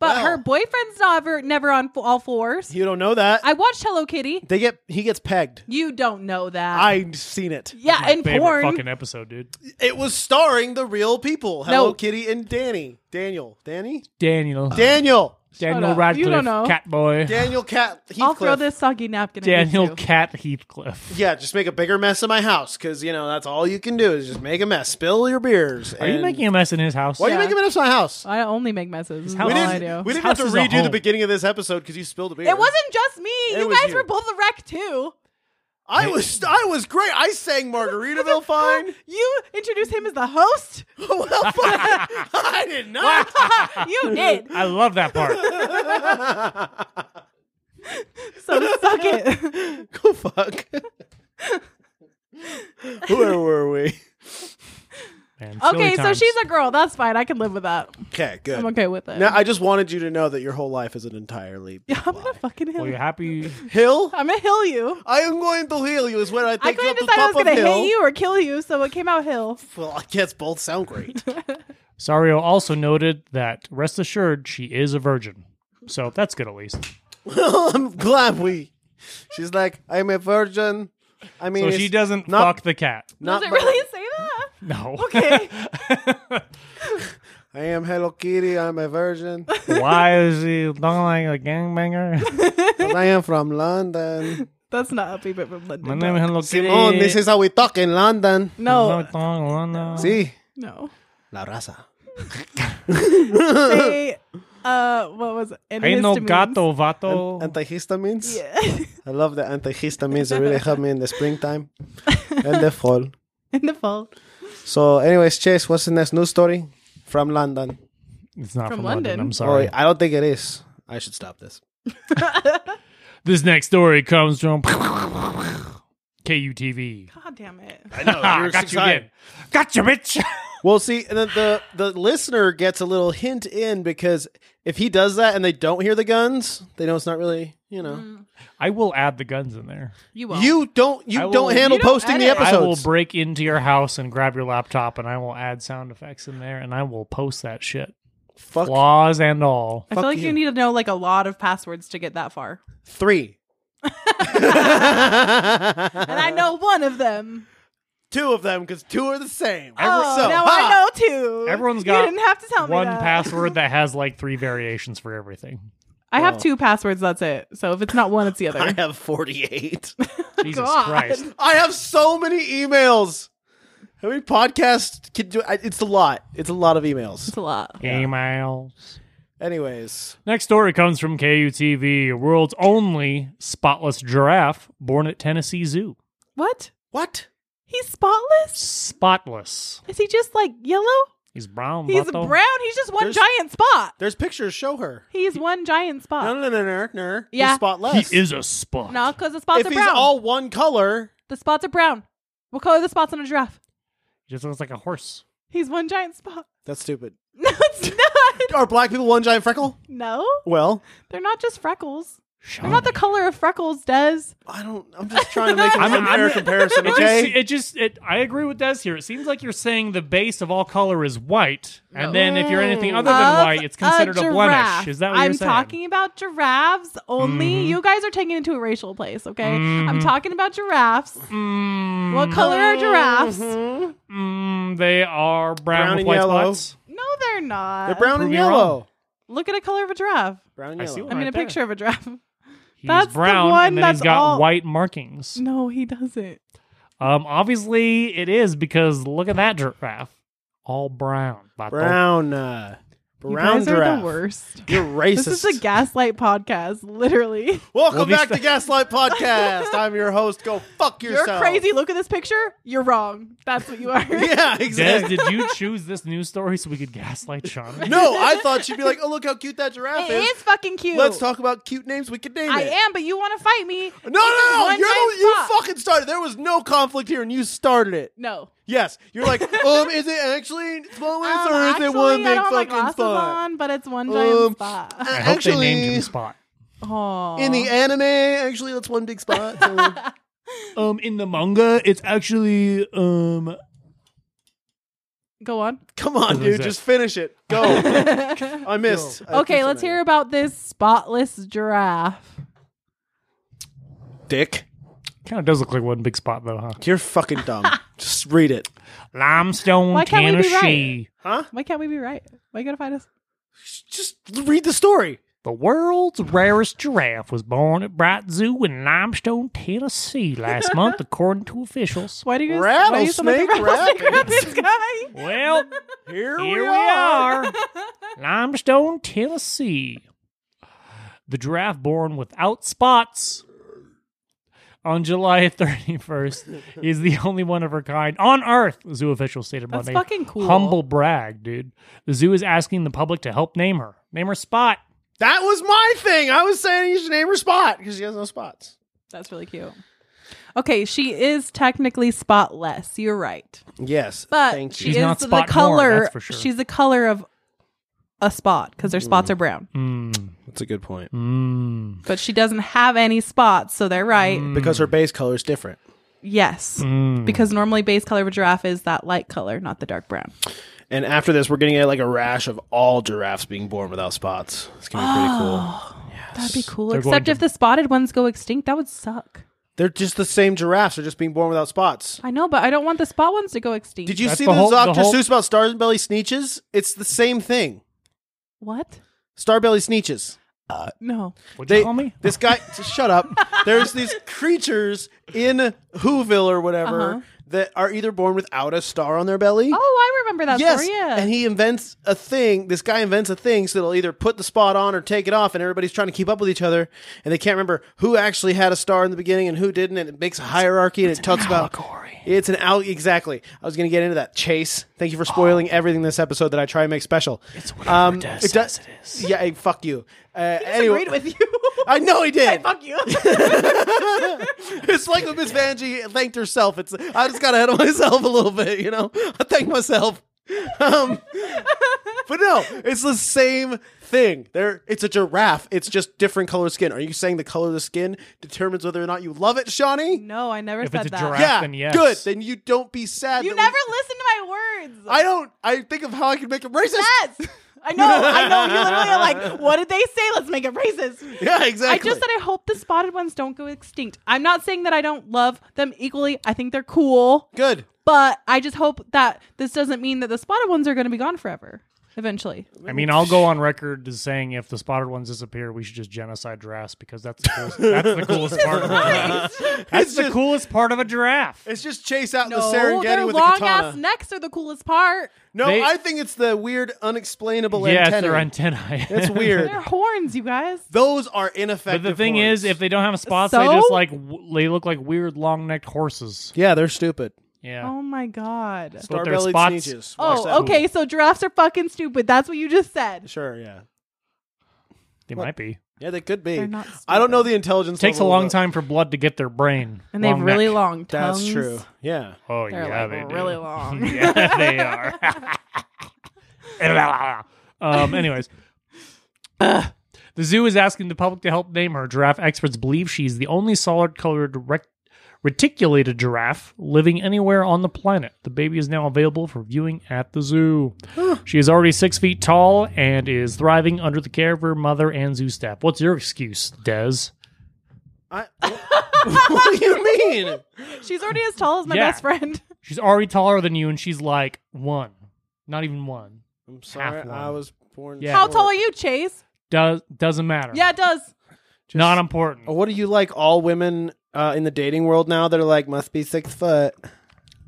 S4: But
S2: Well.
S4: her boyfriend's never never on f- all fours.
S2: You don't know that.
S4: I watched Hello Kitty.
S2: they get he gets pegged.
S4: You don't know that.
S2: I've seen it.
S4: yeah,
S1: My
S4: in
S1: favorite
S4: porn.
S1: fucking episode, dude.
S2: It was starring the real people. Hello
S4: No.
S2: Kitty and Danny. Daniel. Danny?
S1: Daniel.
S2: Daniel.
S1: Daniel
S4: up. You
S1: Radcliffe.
S4: don't know.
S1: Cat boy.
S2: Daniel Cat Heathcliff.
S4: I'll throw this soggy napkin. at you
S1: Daniel
S4: too.
S1: Cat Heathcliff.
S2: Yeah, just make a bigger mess in my house because you know that's all you can do is just make a mess. Spill your beers.
S1: Are you
S2: and-
S1: making a mess in his house?
S2: Why are
S4: Yeah.
S2: you making a mess in my house?
S4: I only make messes.
S1: how
S4: That's
S2: we
S4: all
S2: didn't.
S4: I do.
S2: We didn't
S1: His
S2: have to
S1: house is a
S2: redo the
S1: home.
S2: beginning of this episode because you spilled a beer.
S4: It wasn't just me.
S2: It
S4: you
S2: was
S4: guys
S2: you.
S4: were both the wreck too.
S2: I was. I was great. I sang Margaritaville fine.
S4: You introduced him as the host.
S2: well, fuck. I did not.
S4: you did.
S1: I love that part.
S4: So suck it.
S2: Go fuck. Where were we?
S1: Man, silly
S4: okay, so
S1: times.
S4: she's a girl. That's fine. I can live with that.
S2: Okay, good.
S4: I'm okay with it.
S2: Now I just wanted you to know that your whole life is an entirely
S4: yeah, I'm gonna fucking hill.
S1: Well,
S4: you.
S1: you're happy.
S2: hill.
S4: I'm gonna hill you.
S2: I am going to heal you. Is when I
S4: I
S2: take you up
S4: couldn't
S2: the
S4: decide I was
S2: top of
S4: gonna
S2: hill.
S4: hit you or kill you, so it came out hill.
S2: Well, I guess both sound great.
S1: Sario also noted that, rest assured, she is a virgin. So that's good at least.
S2: Well, I'm glad we. She's like, I'm a virgin. I mean,
S1: So
S2: it's
S1: she doesn't
S2: not-
S1: fuck the cat.
S2: Not
S4: Does it
S2: my-
S4: really say that?
S1: No.
S4: Okay.
S2: I am Hello Kitty. I'm a virgin.
S1: Why is she looking like a gangbanger?
S2: but I am from London.
S4: That's not upbeat, but from
S1: My
S4: London.
S1: name is Hello Kitty.
S2: Simone, this is how we talk in London.
S1: No,
S4: no,
S1: it's not London.
S2: See,
S4: no.
S2: la raza.
S4: Say, uh, what was it?
S1: Ain't no
S4: Antihistamines.
S1: gato, vato.
S2: Antihistamines.
S4: Yeah.
S2: I love the antihistamines. They really help me in the springtime and the fall.
S4: In the fall.
S2: So, anyways, Chase, what's the next news story from London?
S1: it's not
S4: From
S1: from, London.
S4: London.
S1: I'm sorry.
S2: Oh, I don't think it is. I should stop this.
S1: This next story comes from KUTV.
S4: God damn it.
S2: I know.
S1: Ah, got you again. Got you, bitch.
S2: Well, see, and then the the listener gets a little hint in because if he does that and they don't hear the guns, they know it's not really you know
S4: Mm,
S1: I will add the guns in there.
S4: You won't.
S2: you don't you
S1: I will-
S2: don't handle
S4: You don't
S2: posting the
S4: edit.
S1: I will
S2: episodes.
S1: break into your house and grab your laptop and I will add sound effects in there and I will post that shit.
S2: Fuck
S1: Flaws and all.
S4: I
S2: fuck
S4: feel like you.
S2: you.
S4: need to know like a lot of passwords to get that far.
S2: three.
S4: And
S2: Uh,
S4: I know one of them.
S2: two of them because two are the same.
S4: oh, now I know two.
S1: Everyone's
S4: You
S1: got
S4: didn't have to tell me
S1: One
S4: that.
S1: password that has like three variations for everything.
S4: I have two passwords. That's it. So if it's not one, it's the other.
S2: I have forty eight.
S1: Jesus
S4: Oh God.
S1: Christ.
S2: I have so many emails. How many podcasts can do? I- It's a lot. It's a lot of emails.
S4: It's a lot.
S1: Emails.
S2: Anyways,
S1: Next story comes from KUTV, world's only spotless giraffe born at Tennessee Zoo.
S4: What?
S2: what?
S4: He's spotless?
S1: Spotless.
S4: Is he just like yellow?
S1: He's brown.
S4: He's
S1: vato.
S4: brown. He's just one
S2: There's-
S4: giant spot.
S2: There's pictures. Show her.
S4: He's one giant spot.
S2: No, no, no, no, no.
S4: Yeah.
S2: He's spotless.
S1: He is a spot.
S4: No, because the spots
S2: if
S4: are
S2: he's
S4: brown.
S2: all one color,
S4: the spots are brown. What color are the spots on a giraffe?
S1: He just looks like a horse.
S4: He's one giant spot.
S2: that's stupid.
S4: No, it's not.
S2: Are black people one giant freckle?
S4: No,
S2: Well,
S4: they're not just freckles. They're not the color of freckles, Des.
S2: I don't. I'm just trying to make an
S1: I'm- I'm-
S2: unfair comparison.
S1: It just,
S2: Okay.
S1: it just, it, I agree with Des here. It seems like you're saying the base of all color is white, and then if you're anything other than
S4: of
S1: white, it's considered a, blemish.
S4: giraffe.
S1: Is that what
S4: I'm
S1: you're saying? Mm-hmm.
S4: talking about giraffes only. You guys are taking it to a racial place, okay? I'm talking about giraffes.
S1: Mm,
S4: What color are giraffes?
S2: Mm-hmm.
S4: Uh,
S1: mm, they are brown,
S2: Brown
S1: with
S2: and
S1: white
S2: yellow.
S1: spots.
S4: No, they're not.
S2: They're brown
S1: prove
S2: and
S1: me wrong.
S2: yellow.
S4: Look at a color of a giraffe.
S2: Brown and
S1: I
S2: yellow.
S1: see
S4: I
S1: one.
S4: mean,
S1: Right
S4: a
S1: there.
S4: picture of a giraffe.
S1: He's
S4: That's the
S1: brown,
S4: one
S1: and then
S4: that's
S1: he's got
S4: all-
S1: white markings.
S4: No, he doesn't.
S1: Um, obviously it is because look at that giraffe, all brown. Bato.
S2: Brown. Uh, brown
S4: you guys are
S2: giraffe.
S4: the worst.
S2: You're racist.
S4: This is a gaslight podcast, literally.
S2: Welcome
S1: We'll be
S2: back
S1: sta-
S2: to Gaslight Podcast. I'm your host. Go fuck
S4: You're
S2: yourself.
S4: crazy. Look at this picture. You're wrong. That's what you are.
S2: Yeah,
S1: Des,
S2: exactly.
S1: did you choose this news story so we could gaslight Sean?
S2: no, I thought she'd be like, "Oh, look how cute that giraffe
S4: It
S2: is.
S4: is fucking cute.
S2: Let's talk about cute names we could name
S4: I
S2: it."
S4: am, but you want to fight me.
S2: No, no,
S4: This is
S2: no!
S4: one
S2: You're
S4: time
S2: the, you
S4: fuck.
S2: fucking started. There was no conflict here, and you started it.
S4: No.
S2: Yes, you're like, um, is it actually flawless
S4: Um,
S2: or is
S4: actually,
S2: it one
S4: I
S2: big
S4: don't have my
S2: fucking
S4: glasses
S2: spot?
S4: on, but it's one
S2: Um,
S4: giant spot.
S2: Uh,
S1: I hope
S2: actually,
S1: they named him Spot.
S4: Oh.
S2: in the anime, actually, that's one big spot. So.
S1: Um, in the manga, it's actually um.
S4: Go on.
S2: Come on,
S1: Doesn't
S2: dude,
S1: exist.
S2: just finish it. Go. I missed. I
S4: okay,
S2: missed
S4: let's
S2: something.
S4: hear about this spotless giraffe.
S2: Dick,
S1: Kind of does look like one big spot though, huh?
S2: you're fucking dumb. just read it.
S1: Limestone,
S4: Why can't we be
S1: Tennessee.
S4: Why can't we be right? Why you gotta find us?
S2: Just read the story.
S1: The world's rarest giraffe was born at Bright Zoo in Limestone, Tennessee last month, according to officials.
S4: Why do you guys why do you sound like a
S2: Rattlesnake
S4: rattlesnake rabbit guy?
S1: Well,
S2: Here,
S1: here we are, Limestone, Tennessee. The giraffe born without spots on July 31st is the only one of her kind on Earth, zoo officials stated
S4: That's
S1: Monday.
S4: fucking cool.
S1: Humble brag, dude. The zoo is asking the public to help name her. Name her Spot.
S2: That was my thing. I was saying you should name her Spot because she has no spots.
S4: That's really cute. Okay, she is technically spotless. You're right.
S2: Yes,
S4: But
S2: thank
S4: she
S2: you.
S1: She's
S4: is
S1: not
S4: the
S1: spot born,
S4: color
S1: that's for sure.
S4: she's the color of a spot because their spots are brown.
S1: Mm,
S2: That's a good point
S1: mm,
S4: But she doesn't have any spots, so they're right.
S2: because her base color is different.
S4: Yes.
S2: Hmm.
S1: mm.
S4: Because normally base color of a giraffe is that light color, not the dark brown.
S2: And after this, we're getting a, like a rash of all giraffes being born without spots. It's gonna be pretty
S1: Oh.
S2: cool.
S4: That'd be cool.
S1: They're going
S4: Except
S1: to-
S4: if the spotted ones go extinct, that would suck.
S2: They're just the same giraffes. They're just being born without spots.
S4: I know, but I don't want the spot ones to go extinct.
S2: Did you
S1: That's
S2: see
S1: the
S2: the,
S1: whole- the
S2: Dr.
S1: whole-
S2: Seuss about stars and belly sneeches? It's the same thing.
S4: What?
S2: Starbelly sneeches. Uh,
S4: No.
S1: What'd
S2: They,
S1: you call me?
S2: This guy, just shut up. There's these creatures in Whoville or whatever
S4: Uh-huh.
S2: that are either born without a star on their belly.
S4: Oh, I remember that
S2: yes,
S4: story. Yeah.
S2: and he invents a thing. This guy invents a thing so they'll either put the spot on or take it off, and everybody's trying to keep up with each other, and they can't remember who actually had a star in the beginning and who didn't, and it makes a hierarchy and it talks about
S1: allegory.
S2: It's an out exactly. I was going to get into that. Chase, thank you for spoiling everything this episode that I try and make special. It's
S1: whatever Des says it is.
S2: Yeah, hey, fuck you. Uh, anyway,
S4: Agreed with you.
S2: I know he did.
S4: Fuck you.
S2: It's like when Miss Vanjie thanked herself. It's I just got ahead of myself a little bit, you know. I thank myself. Um, but no, it's the same thing. There, it's a giraffe. It's just different color skin. Are you saying the color of the skin determines whether or not you love it, Shawnee?
S4: no, I never
S1: If
S4: said
S1: it's a
S4: that.
S1: giraffe-
S2: Yeah,
S1: then yes.
S2: good. Then you don't be sad.
S4: You
S2: that we-
S4: never listen to my words.
S2: I don't. I think of how I can make him racist.
S4: yes. I know. I know. You literally are like, what did they say? Let's make it racist.
S2: Yeah,
S4: I
S2: exactly.
S4: just said I hope the spotted ones don't go extinct. I'm not saying that I don't love them equally. I think they're cool.
S2: good.
S4: But I just hope that this doesn't mean that the spotted ones are going to be gone forever eventually.
S1: I mean, I'll go on record as saying if the spotted ones disappear, we should just genocide giraffes because that's the coolest, that's the coolest part. Of a giraffe. That's the
S2: just-
S1: coolest part of a giraffe.
S2: It's just chase out in the
S4: their
S2: Serengeti with a
S4: long
S2: katana.
S4: ass necks are the coolest part.
S2: no,
S1: They-
S2: I think it's the weird, unexplainable
S1: Yeah, it's
S2: antenna.
S1: their antennae.
S2: It's weird.
S4: Their horns, you guys.
S2: Those are ineffective.
S1: but the thing
S2: horns.
S1: is, if they don't have spots, they
S4: So?
S1: just like w- they look like weird long-necked horses.
S2: yeah, they're stupid.
S1: Yeah.
S4: Oh my god.
S1: But their
S2: Star-bellied
S1: spots-
S2: sneeches. Watch that
S4: Oh, okay.
S2: movie.
S4: So giraffes are fucking stupid. That's what you just said.
S2: Sure, yeah,
S1: They might be.
S2: yeah, they could be.
S4: They're not
S2: I don't know the intelligence.
S1: It takes a
S2: level
S1: long
S2: of
S1: time for blood to get their brain.
S4: And they have really
S1: neck.
S4: long
S2: the- That's
S4: tongues.
S2: true. Yeah,
S1: Oh
S4: They're
S1: yeah,
S4: like
S1: they do.
S4: really long.
S1: yeah, they are. um, anyways, The zoo is asking the public to help name her. Giraffe experts believe she's the only solid colored rec- reticulated giraffe living anywhere on the planet. The baby is now available for viewing at the zoo. she is already six feet tall and is thriving under the care of her mother and zoo staff. What's your excuse, Des?
S2: I, what do you mean?
S4: She's already as tall as my
S1: Yeah.
S4: best friend.
S1: She's already taller than you, and she's like one, not even one.
S2: I'm sorry.
S1: one.
S2: I was born.
S1: Yeah.
S4: How
S2: short.
S4: tall are you, Chase?
S1: Does doesn't matter.
S4: Yeah, it does.
S1: not important.
S2: oh, What do you like? All women uh, in the dating world now that are like must be six foot.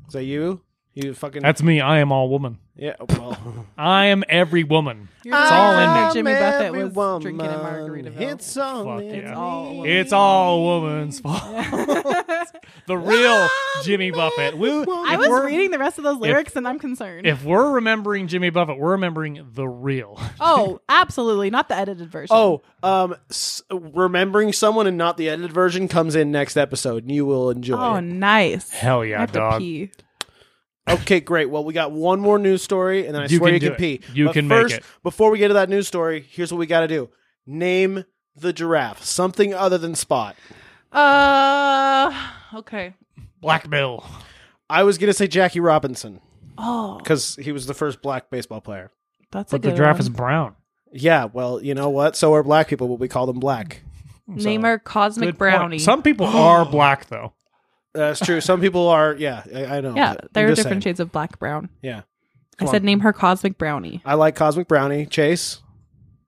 S2: Is that you? You fucking
S1: That's me. I am all woman.
S2: yeah. oh, Well,
S1: I am every woman.
S4: You're
S1: It's all in there.
S4: Ah, Jimmy Buffett
S2: every
S4: was
S2: woman.
S4: drinking in Margaritaville.
S2: It's all
S1: Fuck
S2: in
S1: yeah.
S2: me.
S4: all
S1: It's all woman's fault. the real Jimmy Buffett. We-
S4: Ah, I
S1: if
S4: was
S1: we're-
S4: reading the rest of those lyrics and I'm concerned.
S1: If we're remembering Jimmy Buffett, we're remembering the real.
S4: oh, absolutely. Not the edited version.
S2: Oh, um, s- remembering someone and not the edited version comes in next episode, and you will enjoy
S4: Oh,
S2: it.
S4: nice.
S1: Hell yeah,
S4: I have
S1: dog.
S4: to pee.
S2: Okay, great. Well, we got one more news story, and then I
S1: You
S2: swear
S1: can
S2: you
S1: do
S2: can
S1: it.
S2: pee.
S1: You
S2: But
S1: can make
S2: first,
S1: it.
S2: Before we get to that news story, here's what we got to do: name the giraffe something other than Spot.
S4: Uh, okay.
S1: Black Bill.
S2: I was gonna say Jackie Robinson
S4: Oh,
S2: because he was the first black baseball player.
S4: that's a
S1: But the
S4: good
S1: giraffe
S4: one.
S1: is brown.
S2: Yeah, well, you know what? So are black people, but we call them black.
S4: Name her Cosmic
S1: Good point.
S4: Brownie.
S1: Some people are black though.
S2: That's true. Some people are. Yeah, I, I know.
S4: yeah,
S2: but I'm
S4: there are
S2: just
S4: different
S2: saying.
S4: shades of black brown.
S2: Yeah,
S4: I
S2: Come
S4: said
S2: on.
S4: name her Cosmic Brownie.
S2: I like Cosmic Brownie. Chase,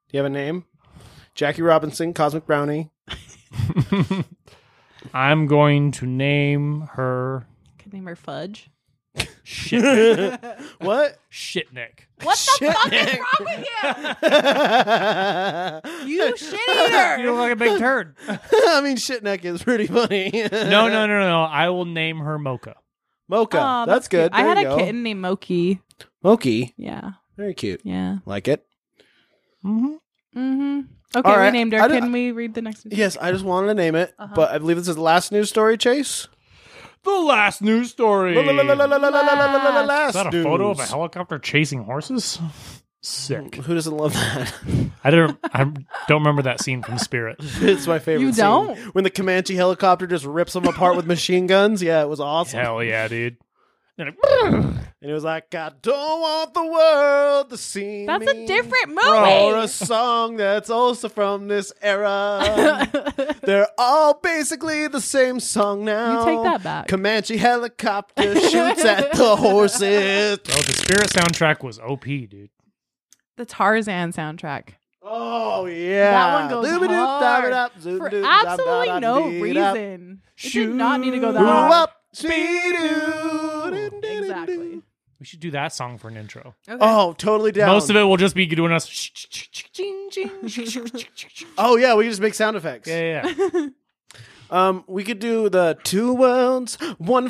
S2: do you have a name? Jackie Robinson, Cosmic Brownie.
S1: I'm going to name her
S4: Could name her Fudge.
S1: Shit
S2: What?
S1: Shitnik.
S4: What the fuck is wrong with you?
S2: I
S4: You shit eater.
S1: You look like a big turd.
S2: mean, shitneck is pretty funny.
S1: No, no, no, no. I will name her Mocha.
S2: Mocha.
S4: Aw,
S2: that's,
S4: Oh, cute.
S2: good.
S4: I
S2: There
S4: had
S2: you
S4: a
S2: go.
S4: kitten named Moki.
S2: Moki.
S4: Yeah,
S2: Very cute.
S4: yeah.
S2: Like it.
S1: Mm-hmm.
S4: Mm-hmm. Okay,
S2: All right.
S4: we named her.
S2: I don't-
S4: Can we read the next one?
S2: Yes, I just wanted to name it,
S4: Uh-huh.
S2: but I believe this is the last news story, Chase.
S1: The last news story.
S2: La-la-la-la-la-la-la-la-la-la-la-la-la-la-last
S1: Is that a photo of a
S2: news.
S1: helicopter chasing horses? Sick.
S2: Who doesn't love that?
S1: I don't. I don't remember that scene from Spirit.
S2: it's my favorite.
S4: You
S2: scene.
S4: don't?
S2: When the Comanche helicopter just rips them apart with machine guns. Yeah, it was awesome.
S1: Hell yeah, dude. Oh, They're like,
S2: And it was like, I don't want the world to see
S4: That's
S2: me
S4: a different movie.
S2: Or a song that's also from this era. They're all basically the same song now.
S4: take that back.
S2: Comanche helicopter shoots at the horses.
S1: oh, the Spirit soundtrack was OP, dude.
S4: the Tarzan soundtrack.
S2: Oh yeah,
S4: That one goes
S2: Doobie-doop,
S4: hard
S2: doobie-dop,
S4: for
S2: zoom-doop,
S4: absolutely no
S2: dop-dop-dop-dee-dop.
S4: reason. It did not need to go that
S1: Shoot.
S2: Ooh,
S4: hard.
S2: up, speedoo,
S4: Exactly.
S1: We should do that song for an intro.
S4: Okay.
S2: Oh, totally down.
S1: Most of it will just be doing us.
S2: Oh yeah, we just make sound effects.
S1: Yeah, yeah.
S2: Um, we could do the two worlds, one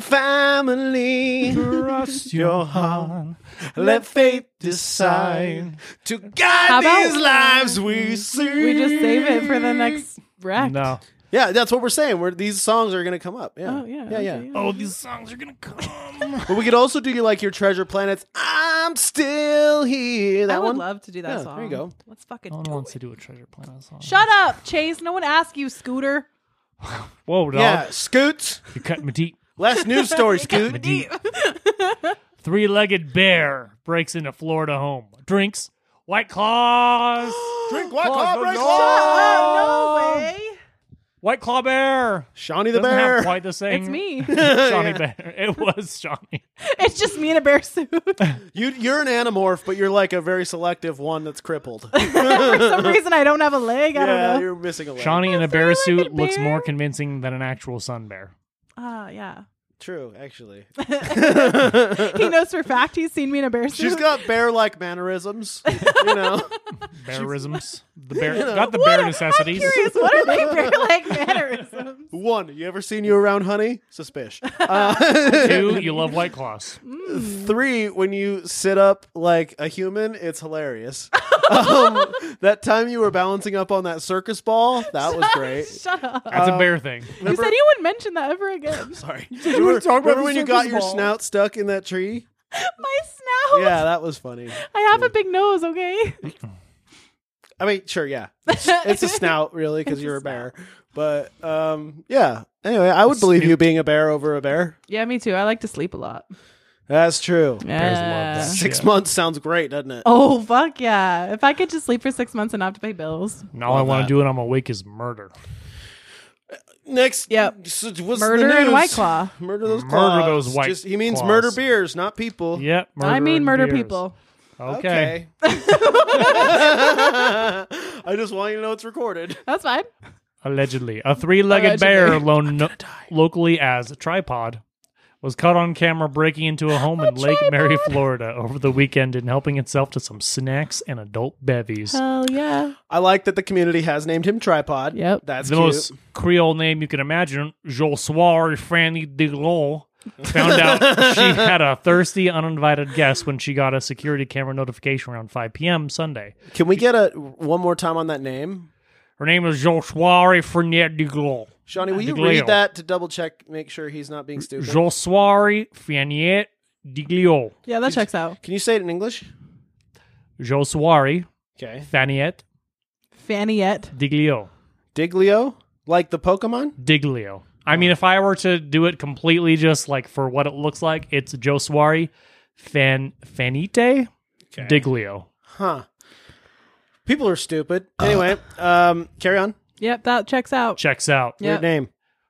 S2: family.
S1: Trust
S2: your heart. Let faith decide to guide
S4: How about-
S2: these lives we see.
S4: We just save it for the next wreck.
S1: No.
S2: Yeah, that's what we're saying. We're, these songs are gonna come up. Yeah.
S4: Oh yeah.
S2: Yeah,
S4: okay,
S2: yeah.
S1: Oh, these songs are gonna come.
S2: But we could also do like your treasure planets. I'm still here. That
S4: I would
S2: one.
S4: love to do that
S2: Yeah,
S4: song.
S2: there you go.
S4: Let's fucking
S1: No one
S4: do
S1: wants to
S4: it.
S1: do a treasure planet song.
S4: Shut up, Chase. No one asked you, Scooter.
S1: Whoa, dog.
S2: yeah, Scoot.
S1: You cut me deep.
S2: Last news story, Scoot.
S1: Deep. Three-legged bear breaks into Florida home. Drinks White Claws.
S2: Drink
S1: Claws,
S2: white claw,
S1: no,
S2: break
S1: no.
S2: law.
S4: Oh, no way.
S1: White Claw Bear.
S2: Shawnee the
S1: Doesn't
S2: bear.
S1: have quite the same.
S4: It's me.
S1: Shawnee Bear. It was Shawnee.
S4: it's just me in a bear suit.
S2: You, you're an anamorph, but you're like a very selective one that's crippled.
S4: For some reason, I don't have a leg. I
S2: yeah,
S4: don't know.
S2: you're missing a leg.
S1: Shawnee in a bear suit looks
S4: bear.
S1: more convincing than an actual sun bear.
S4: Ah, yeah.
S2: True, actually.
S4: He knows for a fact he's seen me in a bear suit.
S2: She's got bear-like mannerisms. You know,
S1: Bearisms. The bear got the bear necessities.
S4: Curious, what are they bear like mannerisms?
S2: one. You ever seen you around, honey? Suspicious. Uh,
S1: Two, you love White Claws.
S2: three, when you sit up like a human, it's hilarious. um, that time you were balancing up on that circus ball, that was great.
S4: Shut up.
S1: That's a bear thing.
S4: You said you wouldn't mention that ever again.
S2: Sorry. Remember,
S1: talking about
S2: remember
S1: the
S2: when you
S1: circus
S2: got your
S1: ball.
S2: snout stuck in that tree?
S4: My snout.
S2: Yeah, that was funny.
S4: I have a big nose, okay?
S2: I mean, sure, yeah. It's, it's a snout, really, because you're a bear. But um, yeah. Anyway, I would believe you being a bear over a bear.
S4: Yeah, me too. I like to sleep a lot.
S2: That's true.
S1: Bears love
S4: Yeah.
S1: that
S2: Six
S1: shit.
S2: months sounds great, doesn't it?
S4: Oh fuck yeah! If I could just sleep for six months and not have to pay bills,
S1: And all I
S2: Love
S1: want
S2: that.
S1: to do when I'm awake is murder.
S2: Next,
S4: Yep.
S2: s- what's the
S4: murder and
S2: news?
S4: White Claw.
S2: Murder those
S1: Murder
S2: claws.
S1: those white
S2: Just, he means
S1: claws.
S2: murder beers, not people.
S1: Yep.
S4: I mean,
S1: and
S4: murder
S1: beers.
S4: people.
S1: Okay.
S2: I just want you to know it's recorded.
S4: That's fine.
S1: Allegedly, a three-legged bear
S4: Allegedly.
S1: known no- locally as Tripod was caught on camera breaking into a home in Lake Mary, Florida, over the weekend and helping itself to some snacks and adult bevies.
S4: Hell yeah!
S2: I like that the community has named him Tripod.
S4: Yep.
S2: That's
S1: the
S2: cute.
S1: most Creole name you can imagine, Jossoir Franny Diglon, found out she had a thirsty, uninvited guest when she got a security camera notification around 5 p.m. Sunday.
S2: Can we get a one more time on that name?
S1: Her name is Jossoir Franny Diglon.
S2: Shawnee, will you
S1: Diglio.
S2: read that to double check, make sure he's not being stupid?
S1: Jossoir Franny Diglon.
S4: Yeah, that checks out.
S2: Can you say it in English?
S1: Jossoir
S2: Okay.
S1: Faniette
S4: Fannyette.
S1: Diglio.
S2: Diglio? Like the Pokemon?
S1: Diglio. I mean, if I were to do it completely just like for what it looks like, it's Jossoir Fan Fanite Diglio.
S2: Huh. People are stupid. Anyway, um, carry on.
S4: Yep, that checks out.
S1: Checks out.
S4: Yep.
S2: Weird name.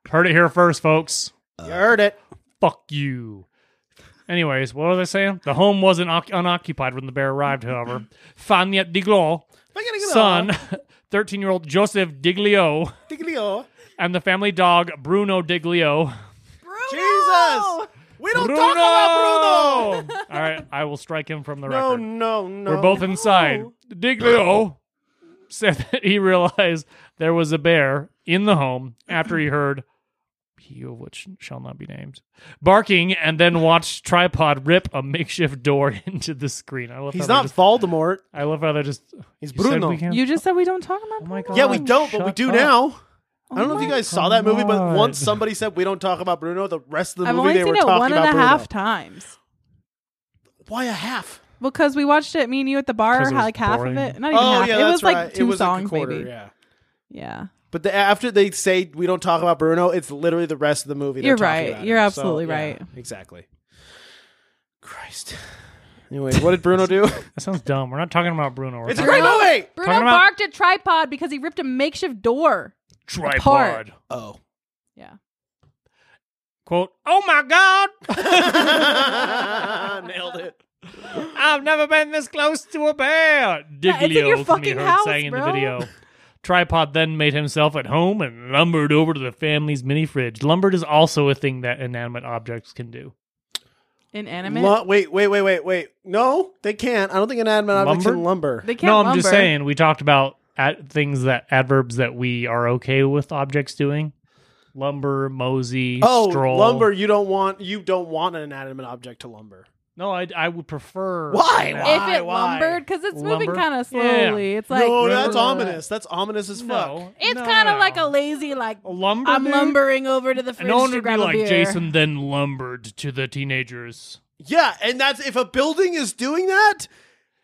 S1: Heard it here first, folks.
S2: you heard it.
S1: Fuck you. Anyways, what was I saying? The home wasn't oc- unoccupied when the bear arrived, however. Faniette Diglio, son, 13 year old Joseph Diglio,
S2: Diglio.
S1: and the family dog Bruno Diglio.
S2: Jesus. We don't
S1: Bruno!
S2: talk about Bruno.
S1: All right, I will strike him from the
S2: No,
S1: record.
S2: no, no.
S1: We're both inside.
S2: Oh.
S1: Diglio said that he realized there was a bear in the home after he heard he of which shall not be named barking and then watched tripod rip a makeshift door into the screen. I love
S2: He's
S1: how they
S2: not
S1: Oh, Just,
S2: Voldemort.
S1: I love how they just.
S2: He's
S1: You said we
S2: Bruno.
S1: can't-
S4: You just said we don't talk about.
S1: Oh my
S4: Bruno.
S1: God.
S2: Yeah, we don't, but
S1: Shut
S2: we do
S1: up.
S2: now. I don't
S4: Oh
S2: know if you
S4: my
S2: guys saw that movie, but
S1: God.
S2: once somebody said we don't talk about Bruno, the rest of the
S4: I've
S2: movie
S4: only
S2: they
S4: seen
S2: were
S4: it
S2: talking
S4: one and
S2: about
S4: a
S2: Bruno.
S4: half times
S2: Why a half?
S4: because we watched it. Me and you at the
S1: 'Cause
S4: bar,
S1: it was
S4: like half
S1: boring.
S4: of it. Not even
S2: Oh
S4: half.
S2: yeah,
S4: it
S2: that's
S4: was like
S2: right.
S4: two
S2: it was
S4: songs,
S2: like a quarter,
S4: maybe.
S2: yeah.
S4: Yeah,
S2: But the, after they say we don't talk about Bruno, it's literally the rest of the movie. they're
S4: You're
S2: talking
S4: right.
S2: about
S4: You're
S2: him. So,
S4: absolutely
S2: yeah,
S4: right.
S2: Exactly. Christ. Anyway, what did Bruno do?
S1: That sounds dumb. We're not talking about Bruno. We're
S2: it's a
S1: talking
S2: great movie.
S4: Bruno
S1: Talking about-
S4: barked at tripod because he ripped a makeshift door.
S1: tripod.
S4: apart.
S2: Oh.
S4: Yeah.
S1: Quote. Oh my God!
S2: Nailed it.
S1: I've never been this close to a bear. Diglio
S4: Yeah, it's in your
S1: can be
S4: fucking
S1: heard
S4: house,
S1: saying in
S4: bro.
S1: the video. Tripod then made himself at home and lumbered over to the family's mini fridge. Lumbered is also a thing that inanimate objects can do.
S4: Inanimate.
S2: Lu- wait, wait, wait, wait, wait. No, they can't. I don't think an admin object can lumber.
S4: they can't.
S1: No, I'm
S4: lumber.
S1: just saying we talked about at things that adverbs that we are okay with objects doing. Lumber, mosey,
S2: Oh,
S1: stroll.
S2: lumber! You don't want you don't want an inanimate object to lumber.
S1: No, I, I would prefer.
S2: Why?
S1: that.
S2: Why?
S4: If it lumbered, because it's moving
S1: Lumber?
S4: kind of
S1: Yeah.
S4: slowly. It's like
S2: no, that's
S1: no, no, no.
S2: ominous. That's ominous as fuck.
S1: No,
S4: It's
S1: no,
S4: kind of
S1: no.
S4: like a lazy like.
S1: A lumber.
S4: I'm
S1: dude?
S4: lumbering over to the fridge
S1: And no one
S4: to
S1: would be
S4: grab a
S1: like
S4: beer.
S1: Jason. Then lumbered to the teenagers.
S2: Yeah, and that's if a building is doing that,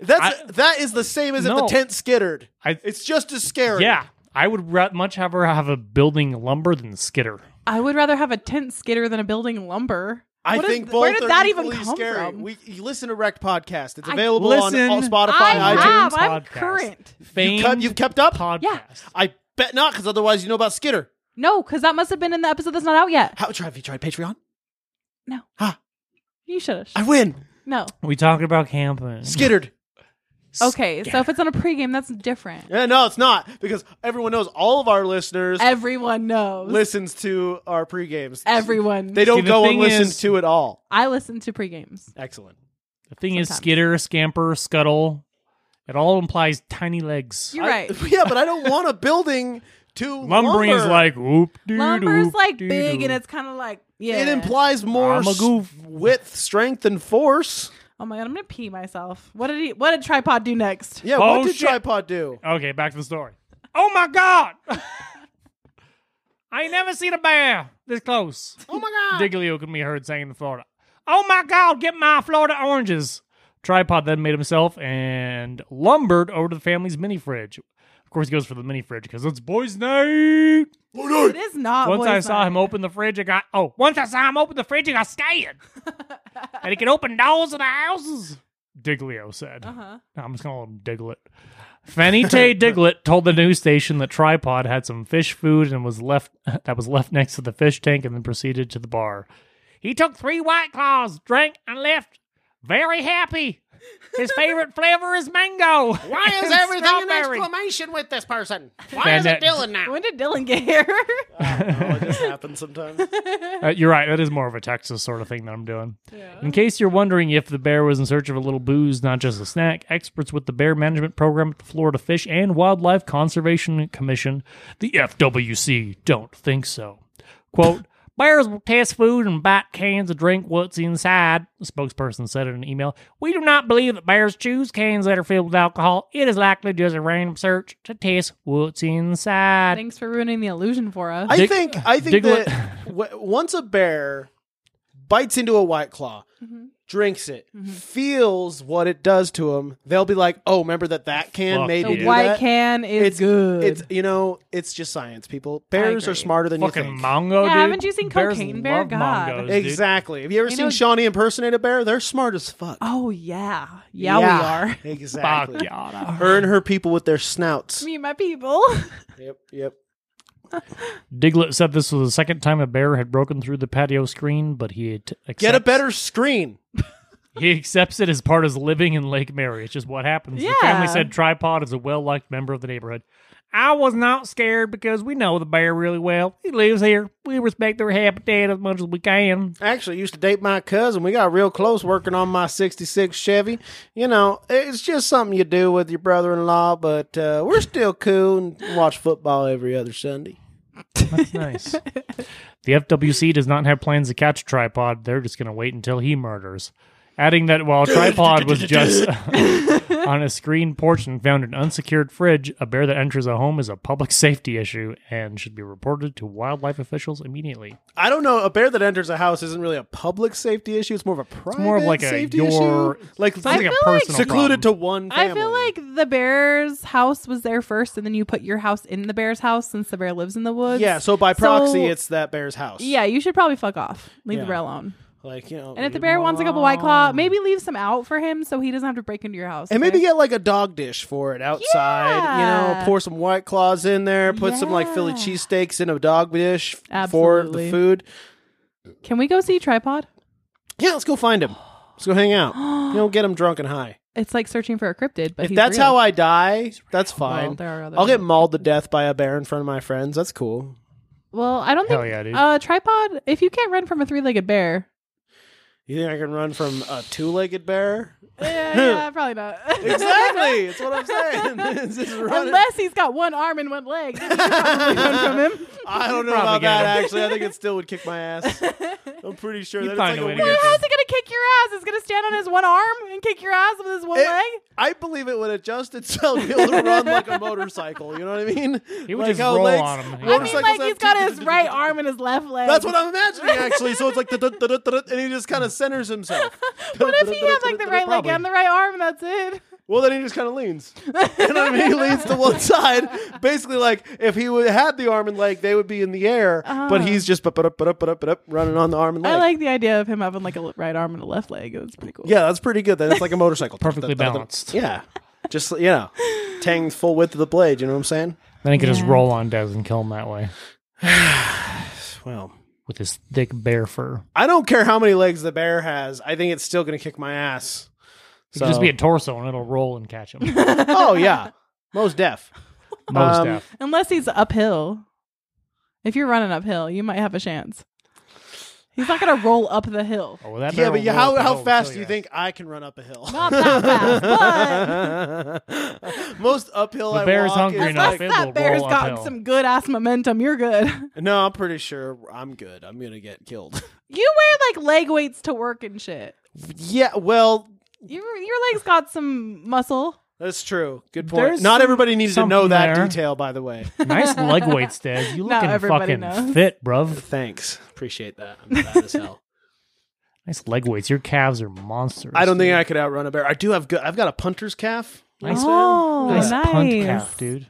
S2: that's
S1: I-
S2: that is the same as if
S1: No.
S2: the tent skittered.
S1: I-
S2: it's just as scary.
S1: Yeah, I would ra- much rather have a building lumber than skitter.
S4: I would rather have a tent skitter than a building lumber.
S2: I
S4: What is-
S2: think both
S4: Where did
S2: are
S4: that even
S2: equally
S4: come
S2: scary.
S4: from?
S2: We you listen to Wrecked Podcast. It's
S4: I-
S2: available
S1: Listen.
S2: on all Spotify,
S4: I
S2: iTunes.
S4: have. I'm
S1: Podcast.
S4: current.
S1: Fame
S2: You kept, you've kept up.
S1: podcast.
S4: Yeah.
S2: I bet not, because otherwise you know about Skitter.
S4: No, because that must have been in the episode that's not out yet.
S2: How try? Have you tried Patreon?
S4: No.
S2: Ah,
S4: You should
S2: I
S4: have.
S2: win.
S4: No.
S1: We talked about camping.
S2: Skittered.
S4: Okay, so if it's on a pregame, that's different.
S2: Yeah, no, it's not because everyone knows all of our listeners
S4: Everyone knows.
S2: listens to our pregames.
S4: Everyone.
S2: They don't
S1: See, the
S2: go and
S1: thing
S2: listen
S1: is-
S2: to it all.
S4: I listen to pregames.
S2: Excellent.
S1: The thing is,
S4: Sometimes.
S1: skitter, scamper, scuttle. It all implies tiny legs.
S4: You're
S2: I-
S4: right.
S2: yeah, but I don't want a building to
S1: Lumbering
S2: lumber.
S1: is like oop doo
S4: Lumber's
S1: doop,
S4: like
S1: doo
S4: big
S1: doo.
S4: and it's kind of like yeah.
S2: it implies more
S1: I'm a
S2: s-
S1: goof.
S2: width, strength, and force.
S4: Oh my god, I'm gonna pee myself. What did he? What did tripod do next?
S2: Yeah,
S1: Oh,
S2: what did
S1: shit.
S2: tripod do?
S1: okay. Back to the story. Oh my god! I ain't never seen a bear this close.
S2: Oh my god!
S1: Diglio can be heard saying in Florida, "Oh my God, get my Florida oranges." Tripod then made himself and lumbered over to the family's mini fridge. Of course, he goes for the mini fridge because it's boys' night.
S4: It is not.
S1: Once
S4: boys
S1: I saw
S4: night.
S1: him open the fridge, I got oh. Once I saw him open the fridge, I got scared. and he can open doors of the houses. Diglio said.
S4: Uh-huh.
S1: I'm just gonna call him Diglett. Fanny Tay Diglett told the news station that Tripod had some fish food and was left that was left next to the fish tank, and then proceeded to the bar. He took three white claws, drank, and left very happy. His favorite flavor is mango. Why
S5: is everything an exclamation with this person? Why is it
S1: Bandit.
S5: Dylan now?
S4: When did Dylan get here?
S2: Oh, it just happens sometimes.
S1: Uh, you're right. That is more of a Texas sort of thing that I'm doing. In case you're wondering if the bear was in search of a little booze, not just a snack, experts with the Bear Management Program at the Florida Fish and Wildlife Conservation Commission, the FWC, don't think so. Quote, Bears will test food and bite cans to drink what's inside, a spokesperson said in an email. We do not believe that bears choose cans that are filled with alcohol. It is likely just a random search to test what's inside.
S4: Thanks for ruining the illusion for us.
S2: I
S1: Dig-
S2: think I think
S1: Diglett-
S2: that w- once a bear bites into a white claw,
S4: Mm-hmm.
S2: drinks it, feels what it does to him, they'll be like, "Oh, remember that that can
S1: Fuck
S2: made
S1: yeah.
S2: me
S4: the
S2: do
S4: white
S2: that."
S4: can is
S2: it's
S4: good.
S2: It's you know, it's just science, people. Bears are
S4: agree.
S2: smarter than you
S1: Fucking
S2: think.
S1: Mongo,
S4: Yeah,
S1: dude.
S4: haven't you seen
S1: Bears
S4: Cocaine Bear?
S1: love
S4: God.
S1: Mongos, dude.
S2: exactly. Have you ever
S4: You
S2: seen
S4: know-
S2: Shawnee impersonate a bear? They're smart as fuck.
S4: oh yeah. yeah, we are.
S2: Exactly.
S1: Fuck yeah.
S2: Her and her people with their snouts.
S4: Me and my people.
S2: Yep, yep.
S1: Diglett said this was the second time a bear had broken through the patio screen, but he had accepts,
S2: Get a better screen.
S1: He accepts it as part of living in Lake Mary. It's just what happens. The family
S4: Yeah.
S1: said Tripod is a well liked member of the neighborhood. I was not scared because we know the bear really well. He lives here. We respect their habitat as much as we can.
S2: actually used to date my cousin. We got real close working on my 66 Chevy. You know, it's just something you do with your brother in law, but uh, we're still cool and watch football every other Sunday.
S1: That's nice. the FWC does not have plans to catch Tripod. They're just going to wait until he murders. Adding that while Tripod was just on a screen porch and found an unsecured fridge, a bear that enters a home is a public safety issue and should be reported to wildlife officials immediately.
S2: I don't know. A bear that enters a house isn't really a public safety issue. It's more of a private
S1: It's more of like a
S2: safety
S1: your
S2: issue. Like,
S1: it's like
S4: I
S1: a
S4: feel like-
S1: personal
S2: secluded to
S1: problem.
S2: one family.
S4: I feel like the bear's house was there first, and then you put your house in the bear's house since the bear lives in the woods.
S2: Yeah, so by proxy,
S4: So-
S2: it's that bear's house.
S4: yeah. You should probably fuck off. Leave
S2: Yeah.
S4: the bear alone.
S2: Like, you know.
S4: And if the bear wants a couple white claw, maybe leave some out for him so he doesn't have to break into your house.
S2: And
S4: okay?
S2: maybe get like a dog dish for it outside. You know,
S4: Yeah.
S2: pour some white claws in there, put some like Philly
S4: Yeah.
S2: cheesesteaks in a dog dish for the
S4: Absolutely.
S2: food.
S4: Can we go see Tripod?
S2: Yeah, let's go find him. Let's go hang out. you know, get him drunk and high.
S4: It's like searching for a cryptid, but
S2: If that's how I die, that's fine.
S4: Well, there are other
S2: I'll get
S4: ways.
S2: mauled to death by a bear in front of my friends. That's cool.
S4: Well, I don't
S1: Hell
S4: think
S1: yeah, dude.
S4: uh, Tripod. If you can't run from a three-legged bear,
S2: You think I can run from a two-legged bear?
S4: yeah, eh, yeah, probably not.
S2: Exactly. That's what I'm saying. It's just running.
S4: Unless he's got one arm and one leg, then you can probably run from him.
S2: I don't know
S1: Probably
S2: about
S1: get
S2: that.
S1: him.
S2: Actually, I think it still would kick my ass. I'm pretty sure
S1: You'd
S2: that
S1: find
S2: it's
S1: a way
S2: like
S1: to get
S2: a weird-
S4: How's he gonna kick your ass? He's gonna stand on his one arm and kick your ass with his one
S2: It-
S4: leg.
S2: I believe it would adjust itself to be able to run like a motorcycle. You know what I mean?
S1: He would
S2: Like
S1: just
S2: how
S1: roll
S2: legs-
S1: on him.
S4: I mean,
S2: motorcycles
S4: like
S2: have
S4: he's got
S2: two-
S4: his right arm and his left leg.
S2: That's what I'm imagining, actually. So it's like, da-da-da-da-da, and he just kind of centers himself.
S4: What if he had like the right leg
S1: Probably.
S4: and the right arm, and that's it?
S2: Well, then he just kind of leans. You know what I mean? He leans to one side. Basically, like if he would had the arm and leg, they would be in the air. But he's just but up, but up, but up, but up, running on the arm and leg.
S4: Uh-huh. I like the idea of him having like a l- right arm and a left leg. It's pretty cool.
S2: yeah, that's pretty good. Then it's like a motorcycle,
S1: Perfectly balanced.
S2: Yeah, just you know, tang full width of the blade. You know what I'm saying?
S1: Then he could just
S4: Yeah.
S1: roll on Des and kill him that way
S2: Well,
S1: with his thick bear fur.
S2: I don't care how many legs the bear has. I think it's still gonna kick my ass.
S1: It
S2: So,
S1: could just be a torso and it'll roll and catch him. Most
S2: oh yeah, most deaf. Um,
S1: def.
S4: Unless he's uphill. If you're running uphill, you might have a chance. He's not gonna roll up the hill.
S1: Oh, well, that bear
S2: Yeah, but
S1: will
S2: you,
S1: roll
S2: how
S1: up the
S2: how
S1: hill and
S2: fast
S1: kill
S2: do you
S1: ass.
S2: think I can run up a hill?
S4: Not that fast, but
S2: Most uphill.
S1: The
S2: I
S1: bear's
S2: walk
S1: hungry
S2: is
S1: enough.
S2: like-
S4: unless
S1: it will
S4: that bear's
S1: roll
S4: got
S1: uphill.
S4: some good ass momentum, you're good.
S2: No, I'm pretty sure I'm good. I'm gonna get killed.
S4: You wear like leg weights to work and shit.
S2: yeah, well,
S4: Your your legs got some muscle.
S2: that's true. Good point.
S1: There's
S2: Not
S1: some-
S2: everybody needs to know
S1: something
S2: that
S1: there.
S2: detail, by the way.
S1: Nice leg weights, Des. You
S4: Now
S1: looking
S4: everybody
S1: fucking
S4: knows.
S1: fit, bruv.
S2: Thanks, appreciate that. I'm fat as hell.
S1: Nice leg weights. Your calves are monsters.
S2: I don't think I could outrun a bear. I do have good. I've got a punter's calf.
S1: Nice,
S4: Oh,
S1: nice, punt
S4: nice.
S1: calf, dude.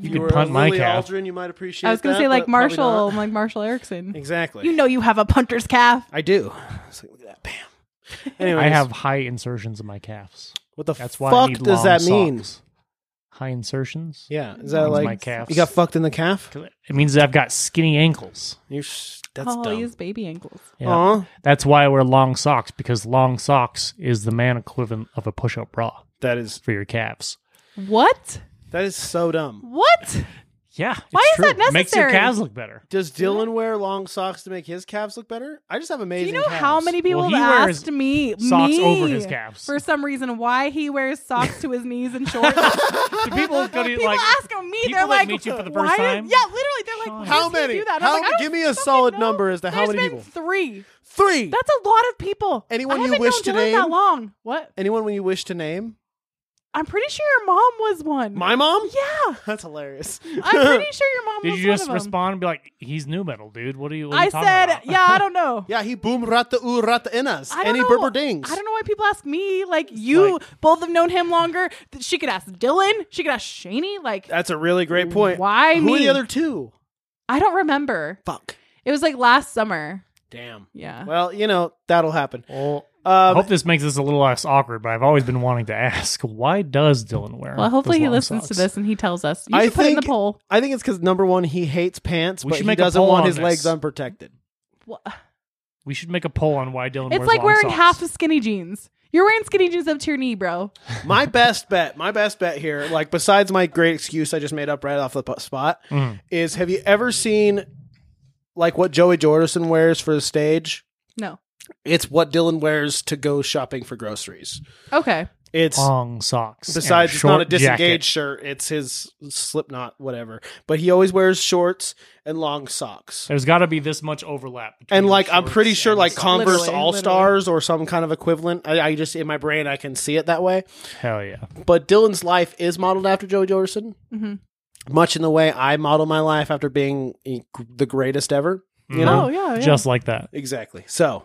S1: You,
S2: were
S1: could punt
S2: a
S1: my
S2: Lily
S1: calf.
S2: Aldrin, you might appreciate.
S4: I was gonna
S2: that,
S4: say like
S2: but probably
S4: Marshall,
S2: not.
S4: like Marshall Erickson.
S2: Exactly.
S4: You know you have a punter's calf.
S2: I do. It's like, look at that. Bam. Anyways,
S1: I have high insertions in my calves.
S2: What the
S1: That's why I
S2: fuck
S1: need
S2: does
S1: long
S2: that mean?
S1: socks. High insertions.
S2: Yeah, is that
S1: Means
S2: like
S1: my calves.
S2: you got fucked in the calf?
S1: 'Cause It means that I've got skinny ankles.
S2: You sh- that's
S4: Oh,
S2: dumb.
S4: he has baby ankles.
S1: Yeah.
S2: Aw.
S1: That's why I wear long socks because long socks is the man equivalent of a push-up bra
S2: That is
S1: for your calves.
S4: What?
S2: that is so dumb.
S4: What?
S1: Yeah.
S4: Why
S1: it's
S4: is that
S1: true. It Makes your
S4: necessary?
S1: calves look better.
S2: Does Dylan wear long socks to make his calves look better? I just have
S4: Do
S2: amazing.
S4: you know how
S2: calves.
S4: many people
S1: Well, he
S4: have
S1: wears
S4: asked me
S1: socks
S4: me,
S1: over his calves.
S4: for some reason why he wears socks to his knees and shorts?
S1: Do people go to
S4: people
S1: like
S4: ask him me.
S1: people
S4: They're
S1: that
S4: like,
S1: meet you for the
S4: why
S1: first
S4: did-
S1: time?
S4: Yeah, literally, they're like, why
S2: How
S4: does he
S2: many?
S4: do that? I'm
S2: How-
S4: like, I don't
S2: give me a
S4: fucking
S2: solid
S4: know.
S2: number as to how
S4: There's
S2: many
S4: been
S2: people.
S4: Three.
S2: Three.
S4: That's a lot of people.
S2: Anyone
S4: I
S2: you
S4: haven't
S2: wish
S4: known
S2: to
S4: Dylan
S2: name?
S4: that long. What?
S2: Anyone when you wish to name?
S4: I'm pretty sure your mom was one.
S2: My mom?
S4: yeah,
S2: That's hilarious.
S4: I'm pretty sure your mom
S1: Did
S4: was
S1: you
S4: one
S1: just
S4: of 'em.
S1: respond and be like, he's new metal, dude? What are you? What are
S4: I
S1: you talking
S4: said,
S1: about?
S4: yeah, I don't know.
S2: yeah, he boom rata u rata inas.
S4: I don't
S2: And he
S4: know-
S2: berber dings.
S4: I don't know why people ask me. Like you both have known him longer. Th- She could ask Dylan. She could ask Shaney. Like
S2: That's a really great point.
S4: Why
S2: Who are
S4: me?
S2: the other two?
S4: I don't remember.
S2: Fuck.
S4: It was like last summer.
S2: Damn.
S4: Yeah.
S2: Well, you know, that'll happen.
S1: Well, I
S2: Um,
S1: hope this makes this a little less awkward, but I've always been wanting to ask, why does Dylan wear?
S4: Well, hopefully
S1: those
S4: he
S1: long
S4: listens to
S1: socks?
S4: this and he tells us. You
S2: I
S4: should put it in the
S2: think-
S4: poll.
S2: I think it's because number one, he hates pants,
S1: We
S2: but
S1: should
S2: he
S1: make a
S2: doesn't
S1: poll
S2: want
S1: on
S2: his
S1: this.
S2: legs unprotected.
S4: Wha-
S1: We should make a poll on why Dylan.
S4: It's
S1: wears
S4: like
S1: long
S4: wearing
S1: socks.
S4: half of skinny jeans. You're wearing skinny jeans up to your knee, bro.
S2: my best bet, my best bet here, like besides my great excuse I just made up right off the bu- spot,
S1: Mhm.
S2: is have you ever seen like what Joey Jordison wears for the stage?
S4: No.
S2: It's what Dylan wears to go shopping for groceries.
S4: Okay.
S2: It's
S1: long socks. and a
S2: Besides, it's not a
S1: short jacket.
S2: disengaged shirt. It's his Slipknot, whatever. But he always wears shorts and long socks.
S1: There's got to be this much overlap. between
S2: And
S1: the
S2: like, I'm
S1: shorts
S2: pretty sure
S1: and the
S2: like
S1: socks.
S2: Converse
S4: Literally,
S2: All Stars or some kind of equivalent. I, I just in my brain I can see it that way.
S1: Hell yeah.
S2: But Dylan's life is modeled after Joey Jordison,
S4: Mhm.
S2: much in the way I model my life after being e- the greatest ever. You
S1: Mhm.
S2: know
S4: Oh yeah. yeah.
S1: Just like that.
S2: exactly. So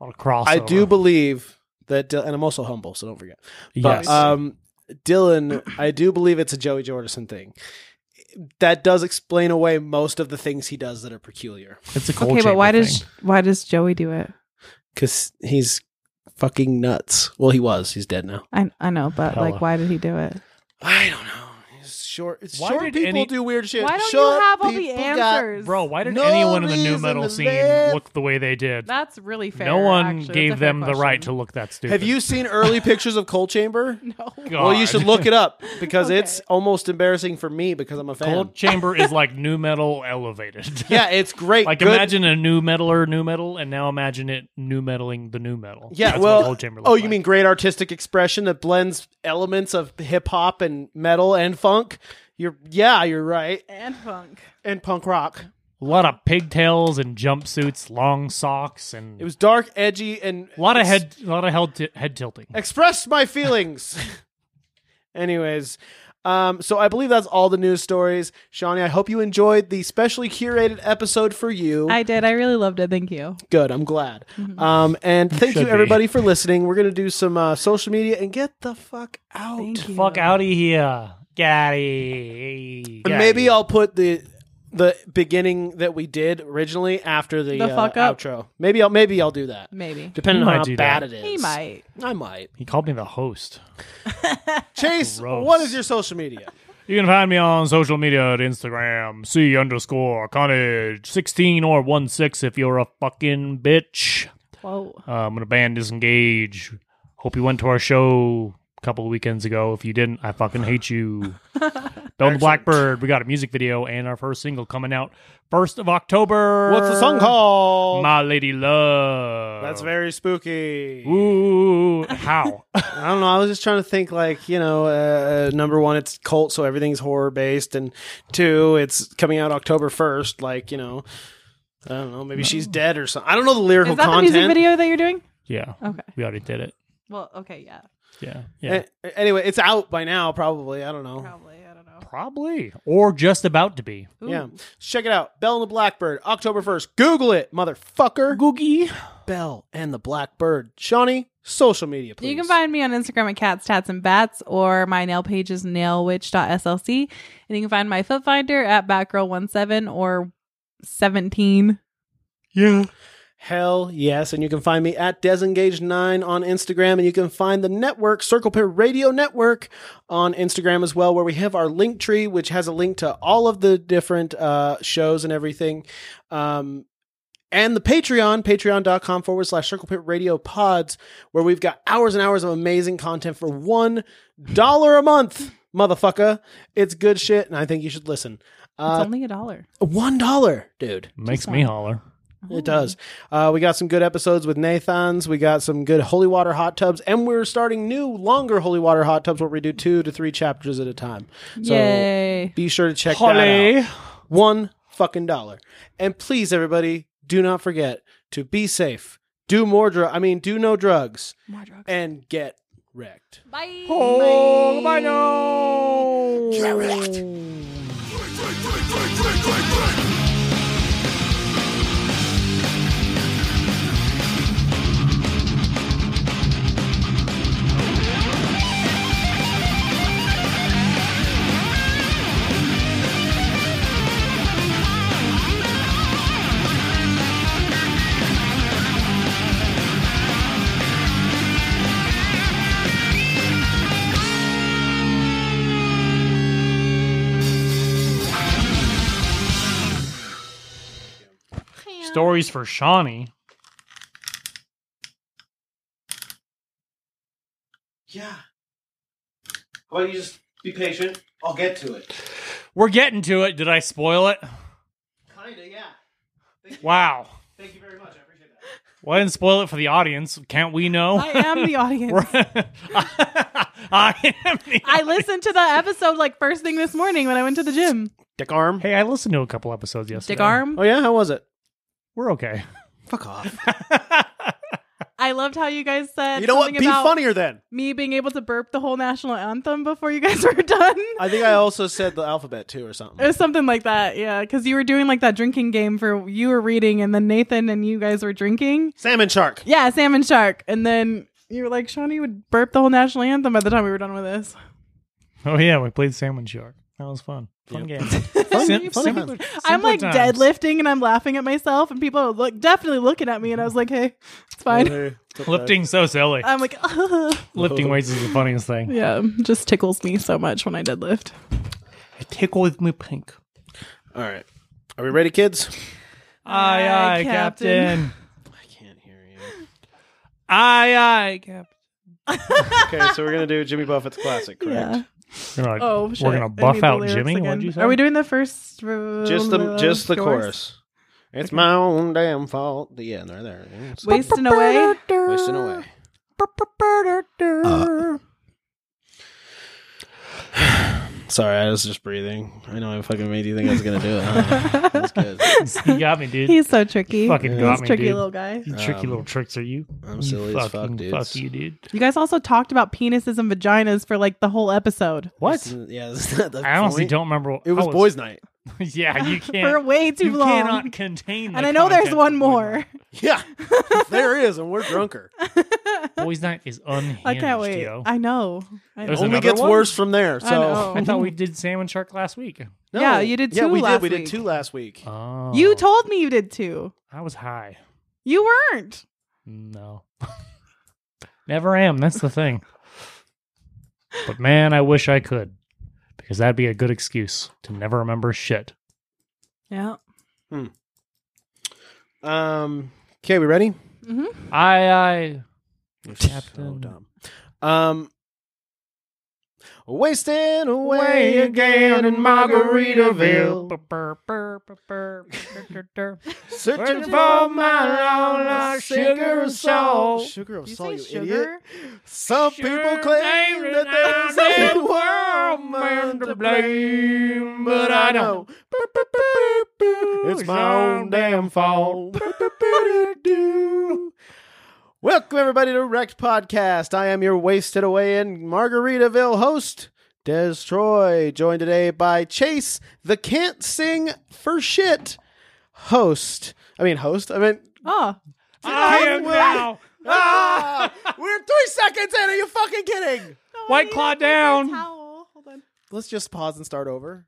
S1: On a crossover.
S2: I do believe that, Dylan, and I'm also humble, so don't forget. But
S1: Yes.
S2: um, Dylan, I do believe it's a Joey Jordison thing. That does explain away most of the things he does that are peculiar.
S1: it's a cold
S4: okay, but why
S1: chamber
S4: does
S1: thing.
S4: why does Joey do it?
S2: Because he's fucking nuts. Well, he was. He's dead now.
S4: I I know, but
S1: Hella.
S4: like, why did he do it?
S2: I don't know. He's short. It's
S1: Why
S2: short
S1: did
S2: people
S1: any-
S2: do weird shit.
S4: Why don't
S2: Short
S4: you have all the
S2: people got-
S4: answers,
S1: bro? Why did
S2: No
S1: anyone in the new
S2: reason
S1: metal
S2: to
S1: scene
S2: live.
S1: look the way they did?
S4: That's really fair.
S1: no one
S4: actually.
S1: gave
S4: That's a fair
S1: them the right to
S4: question.
S1: look that stupid.
S2: Have you seen early pictures of Cold Chamber?
S4: No.
S2: Well, you should
S1: God.
S2: look it up because
S4: Okay.
S2: it's almost embarrassing for me because I'm a fan.
S1: Cold chamber is like new metal elevated.
S2: Yeah, it's great.
S1: like
S2: Good-
S1: imagine a new metaler new metal, and now imagine it new metaling the new metal.
S2: Yeah,
S1: That's what
S2: well,
S1: cold chamber.
S2: oh,
S1: looked
S2: you
S1: like.
S2: mean great artistic expression that blends elements of hip hop and metal and funk? You're yeah, you're right,
S4: And funk.
S2: and punk rock.
S1: a lot of pigtails and jumpsuits, long socks, and
S2: It was dark, edgy, and
S1: a lot of
S2: ex-
S1: head, a lot of head, t- head tilting.
S2: Expressed my feelings. Anyways, um, so I believe that's all the news stories, Shawnee. I hope you enjoyed the specially curated episode for you.
S4: I Mm-hmm. did. I really loved it. Thank you.
S2: Good, I'm glad. Um, and thank you
S1: should be.
S2: everybody for listening. We're gonna do some uh, social media and get the fuck out.
S4: Thank you.
S1: Fuck out of here, Gaddy.
S2: And maybe I'll put the the beginning that we did originally after the,
S4: The
S2: uh,
S4: fuck up?
S2: outro. Maybe I'll maybe I'll do that.
S4: Maybe.
S2: Depending
S1: You
S2: on
S1: might
S2: how
S1: do
S2: bad
S1: that.
S2: it is.
S4: He might.
S2: I might.
S1: He called me the host.
S2: Chase,
S1: Gross.
S2: what is your social media?
S1: You can find me on social media at Instagram, C underscore Carnage, 16 or 1 6 if you're a fucking bitch.
S4: Whoa.
S1: Uh, I'm going to ban Disengage. Hope you went to our show a couple of weekends ago. If you didn't, I fucking hate you. Bell and the Blackbird, we got a music video and our first single coming out 1st of October.
S2: What's the song called?
S1: My Lady Love.
S2: That's very spooky.
S1: Ooh, how?
S2: I don't know. I was just trying to think, like you know, uh, number one, it's cult, so everything's horror based, and two, it's coming out October first. Like you know, I don't know. Maybe she's dead or something. I don't know the lyrical
S4: Is that the
S2: content.
S4: music video that you're doing?
S1: yeah,
S4: Okay.
S1: we already did it.
S4: Well, okay, yeah.
S1: Yeah. Yeah.
S2: A- anyway, it's out by now, probably. I don't know.
S4: Probably. I don't know.
S1: Probably. Or just about to be.
S4: Ooh.
S2: Yeah. Check it out. Bell and the Blackbird, October 1st. Google it, motherfucker.
S1: Googie.
S2: Bell and the Blackbird. Shawnee, social media, please.
S4: You can find me on Instagram at cats, tats, and bats, or my nail page is nailwitch.slc. And you can find my foot finder at batgirl17 or 17.
S1: Yeah.
S2: Hell yes. And you can find me at Desengage9 on Instagram. And you can find the network, Circle Pair Radio Network, on Instagram as well, where we have our link tree, which has a link to all of the different uh, shows and everything. Um, and the Patreon, patreon.com forward slash circle pit radio pods, where we've got hours and hours of amazing content for one dollar a month, motherfucker. It's good shit, and I think you should listen.
S4: it's
S2: Uh,
S4: only a dollar.
S2: one dollar, dude.
S1: Makes me holler.
S2: It does. Uh, we got some good episodes with Nathan's. We got some good holy water hot tubs, and we're starting new, longer holy water hot tubs where we do two to three chapters at a time. So
S4: Yay.
S2: be sure to check that
S1: Holly.
S2: out. One fucking dollar. And please, everybody, do not forget to be safe. Do more drug. I mean, do no drugs
S4: More drugs.
S2: and get wrecked.
S4: Bye.
S1: Oh, bye now.
S3: Drink, drink, drink, drink, drink, drink, drink.
S1: Stories for Shawnee.
S2: Yeah. How about you just be patient? I'll get to it.
S1: We're getting to it. Did I spoil it?
S2: Kinda, yeah.
S1: Wow.
S2: Thank you very much. I appreciate that.
S1: Well, I didn't spoil it for the audience. Can't we know?
S4: I am the audience.
S1: We're- I am the
S4: I listened to the episode like first thing this morning when I went to the gym.
S2: Dick arm.
S1: Hey, I listened to a couple episodes yesterday.
S4: Dick arm.
S2: Oh yeah, how was it?
S1: We're okay.
S2: Fuck off.
S4: I loved how you guys said
S2: you know what?
S4: something
S2: Be
S4: about
S2: funnier then.
S4: me being able to burp the whole national anthem before you guys were done.
S2: I think I also said the alphabet too or
S4: It
S2: something.
S4: was something like that, yeah. Because you were doing like that drinking game for you were reading, and then Nathan and you guys were drinking.
S2: Salmon shark.
S4: Yeah, salmon shark, and then you were like, Shawnee would burp the whole national anthem by the time we were done with this.
S1: Oh yeah, we played Salmon Shark. That was fun. Fun game. Sim-
S2: fun
S1: simpler-
S2: times.
S4: I'm
S1: simpler
S4: like
S1: times.
S4: deadlifting, and I'm laughing at myself, and people are look definitely looking at me, and I was like, hey, it's fine.
S1: Lifting so silly.
S4: I'm like,
S1: Lifting weights is the funniest thing.
S4: yeah, just tickles me so much when I deadlift.
S1: It tickles me pink.
S2: All right. Are we ready, kids?
S1: Aye, aye,
S4: Captain.
S1: Captain.
S2: I can't hear you.
S1: Aye, aye, Captain.
S2: Okay, so we're gonna do Jimmy Buffett's classic, correct?
S4: Yeah.
S1: We're gonna,
S4: Oh, shit.
S1: we're gonna
S4: I
S1: buff
S4: need the
S1: out
S4: lyrics
S1: Jimmy.
S4: again.
S1: What'd you say?
S4: Are we doing the first?
S2: Just the just the chorus. It's my own damn fault. The end right there. It's
S4: Wasting away.
S2: wasting away.
S4: Uh.
S2: Sorry, I was just breathing. I know I fucking made you think I was gonna do it. huh? That's good.
S1: You got me, dude.
S4: He's so tricky.
S1: fucking
S4: He's
S1: got
S4: a
S1: me,
S4: tricky
S1: dude.
S4: little guy.
S1: You tricky
S2: Um,
S1: little tricks are you?
S2: I'm
S1: You
S2: silly as fuck,
S1: fucking
S2: dudes.
S1: Fuck you, dude.
S4: You guys also talked about penises and vaginas for like the whole episode
S1: What?
S2: Yeah, that's not the
S1: I honestly
S2: point.
S1: don't remember.
S2: It was boys' night.
S1: boys. yeah, you
S4: for
S1: can't.
S4: way too
S1: you
S4: long.
S1: cannot contain. the
S4: and I know there's
S1: content
S4: one
S1: of boys'
S4: more.
S2: Yeah, there is, and we're drunker.
S1: night. Boys' night is unhinged.
S4: I can't wait.
S1: Yo.
S4: I know. I
S1: There's
S4: know.
S2: Only
S1: another
S2: gets
S1: one?
S2: worse from there.
S4: I
S2: So
S4: know.
S1: I thought we did salmon shark last week.
S4: Yeah, you did
S2: Yeah,
S4: two
S2: we
S4: last
S2: did. We
S4: week.
S2: did two last week.
S1: Oh,
S4: You told me you did too.
S1: I was high.
S4: You weren't.
S1: No, never am. That's the thing. But man, I wish I could, because that'd be a good excuse to never remember shit.
S4: Yeah.
S2: Um. Okay, we ready?
S4: Mm-hmm.
S1: I, I Captain.
S2: So dumb. Um. Wasting away again in Margaritaville, searching for my long lost sugar of salt. Sugar of salt, you idiot. Some people claim that there's a world man to blame, but I know it's my own damn fault. Welcome, everybody, to Wrecked Podcast. I am your wasted away in Margaritaville host, Des Troy, joined today by Chase, the can't sing for shit host. I mean, host. I mean,
S4: Oh,
S1: I am
S2: Well-
S1: now.
S2: ah, we're three seconds in. Are you fucking kidding?
S1: White Claw down.
S4: towel. Hold on.
S2: Let's just pause and start over.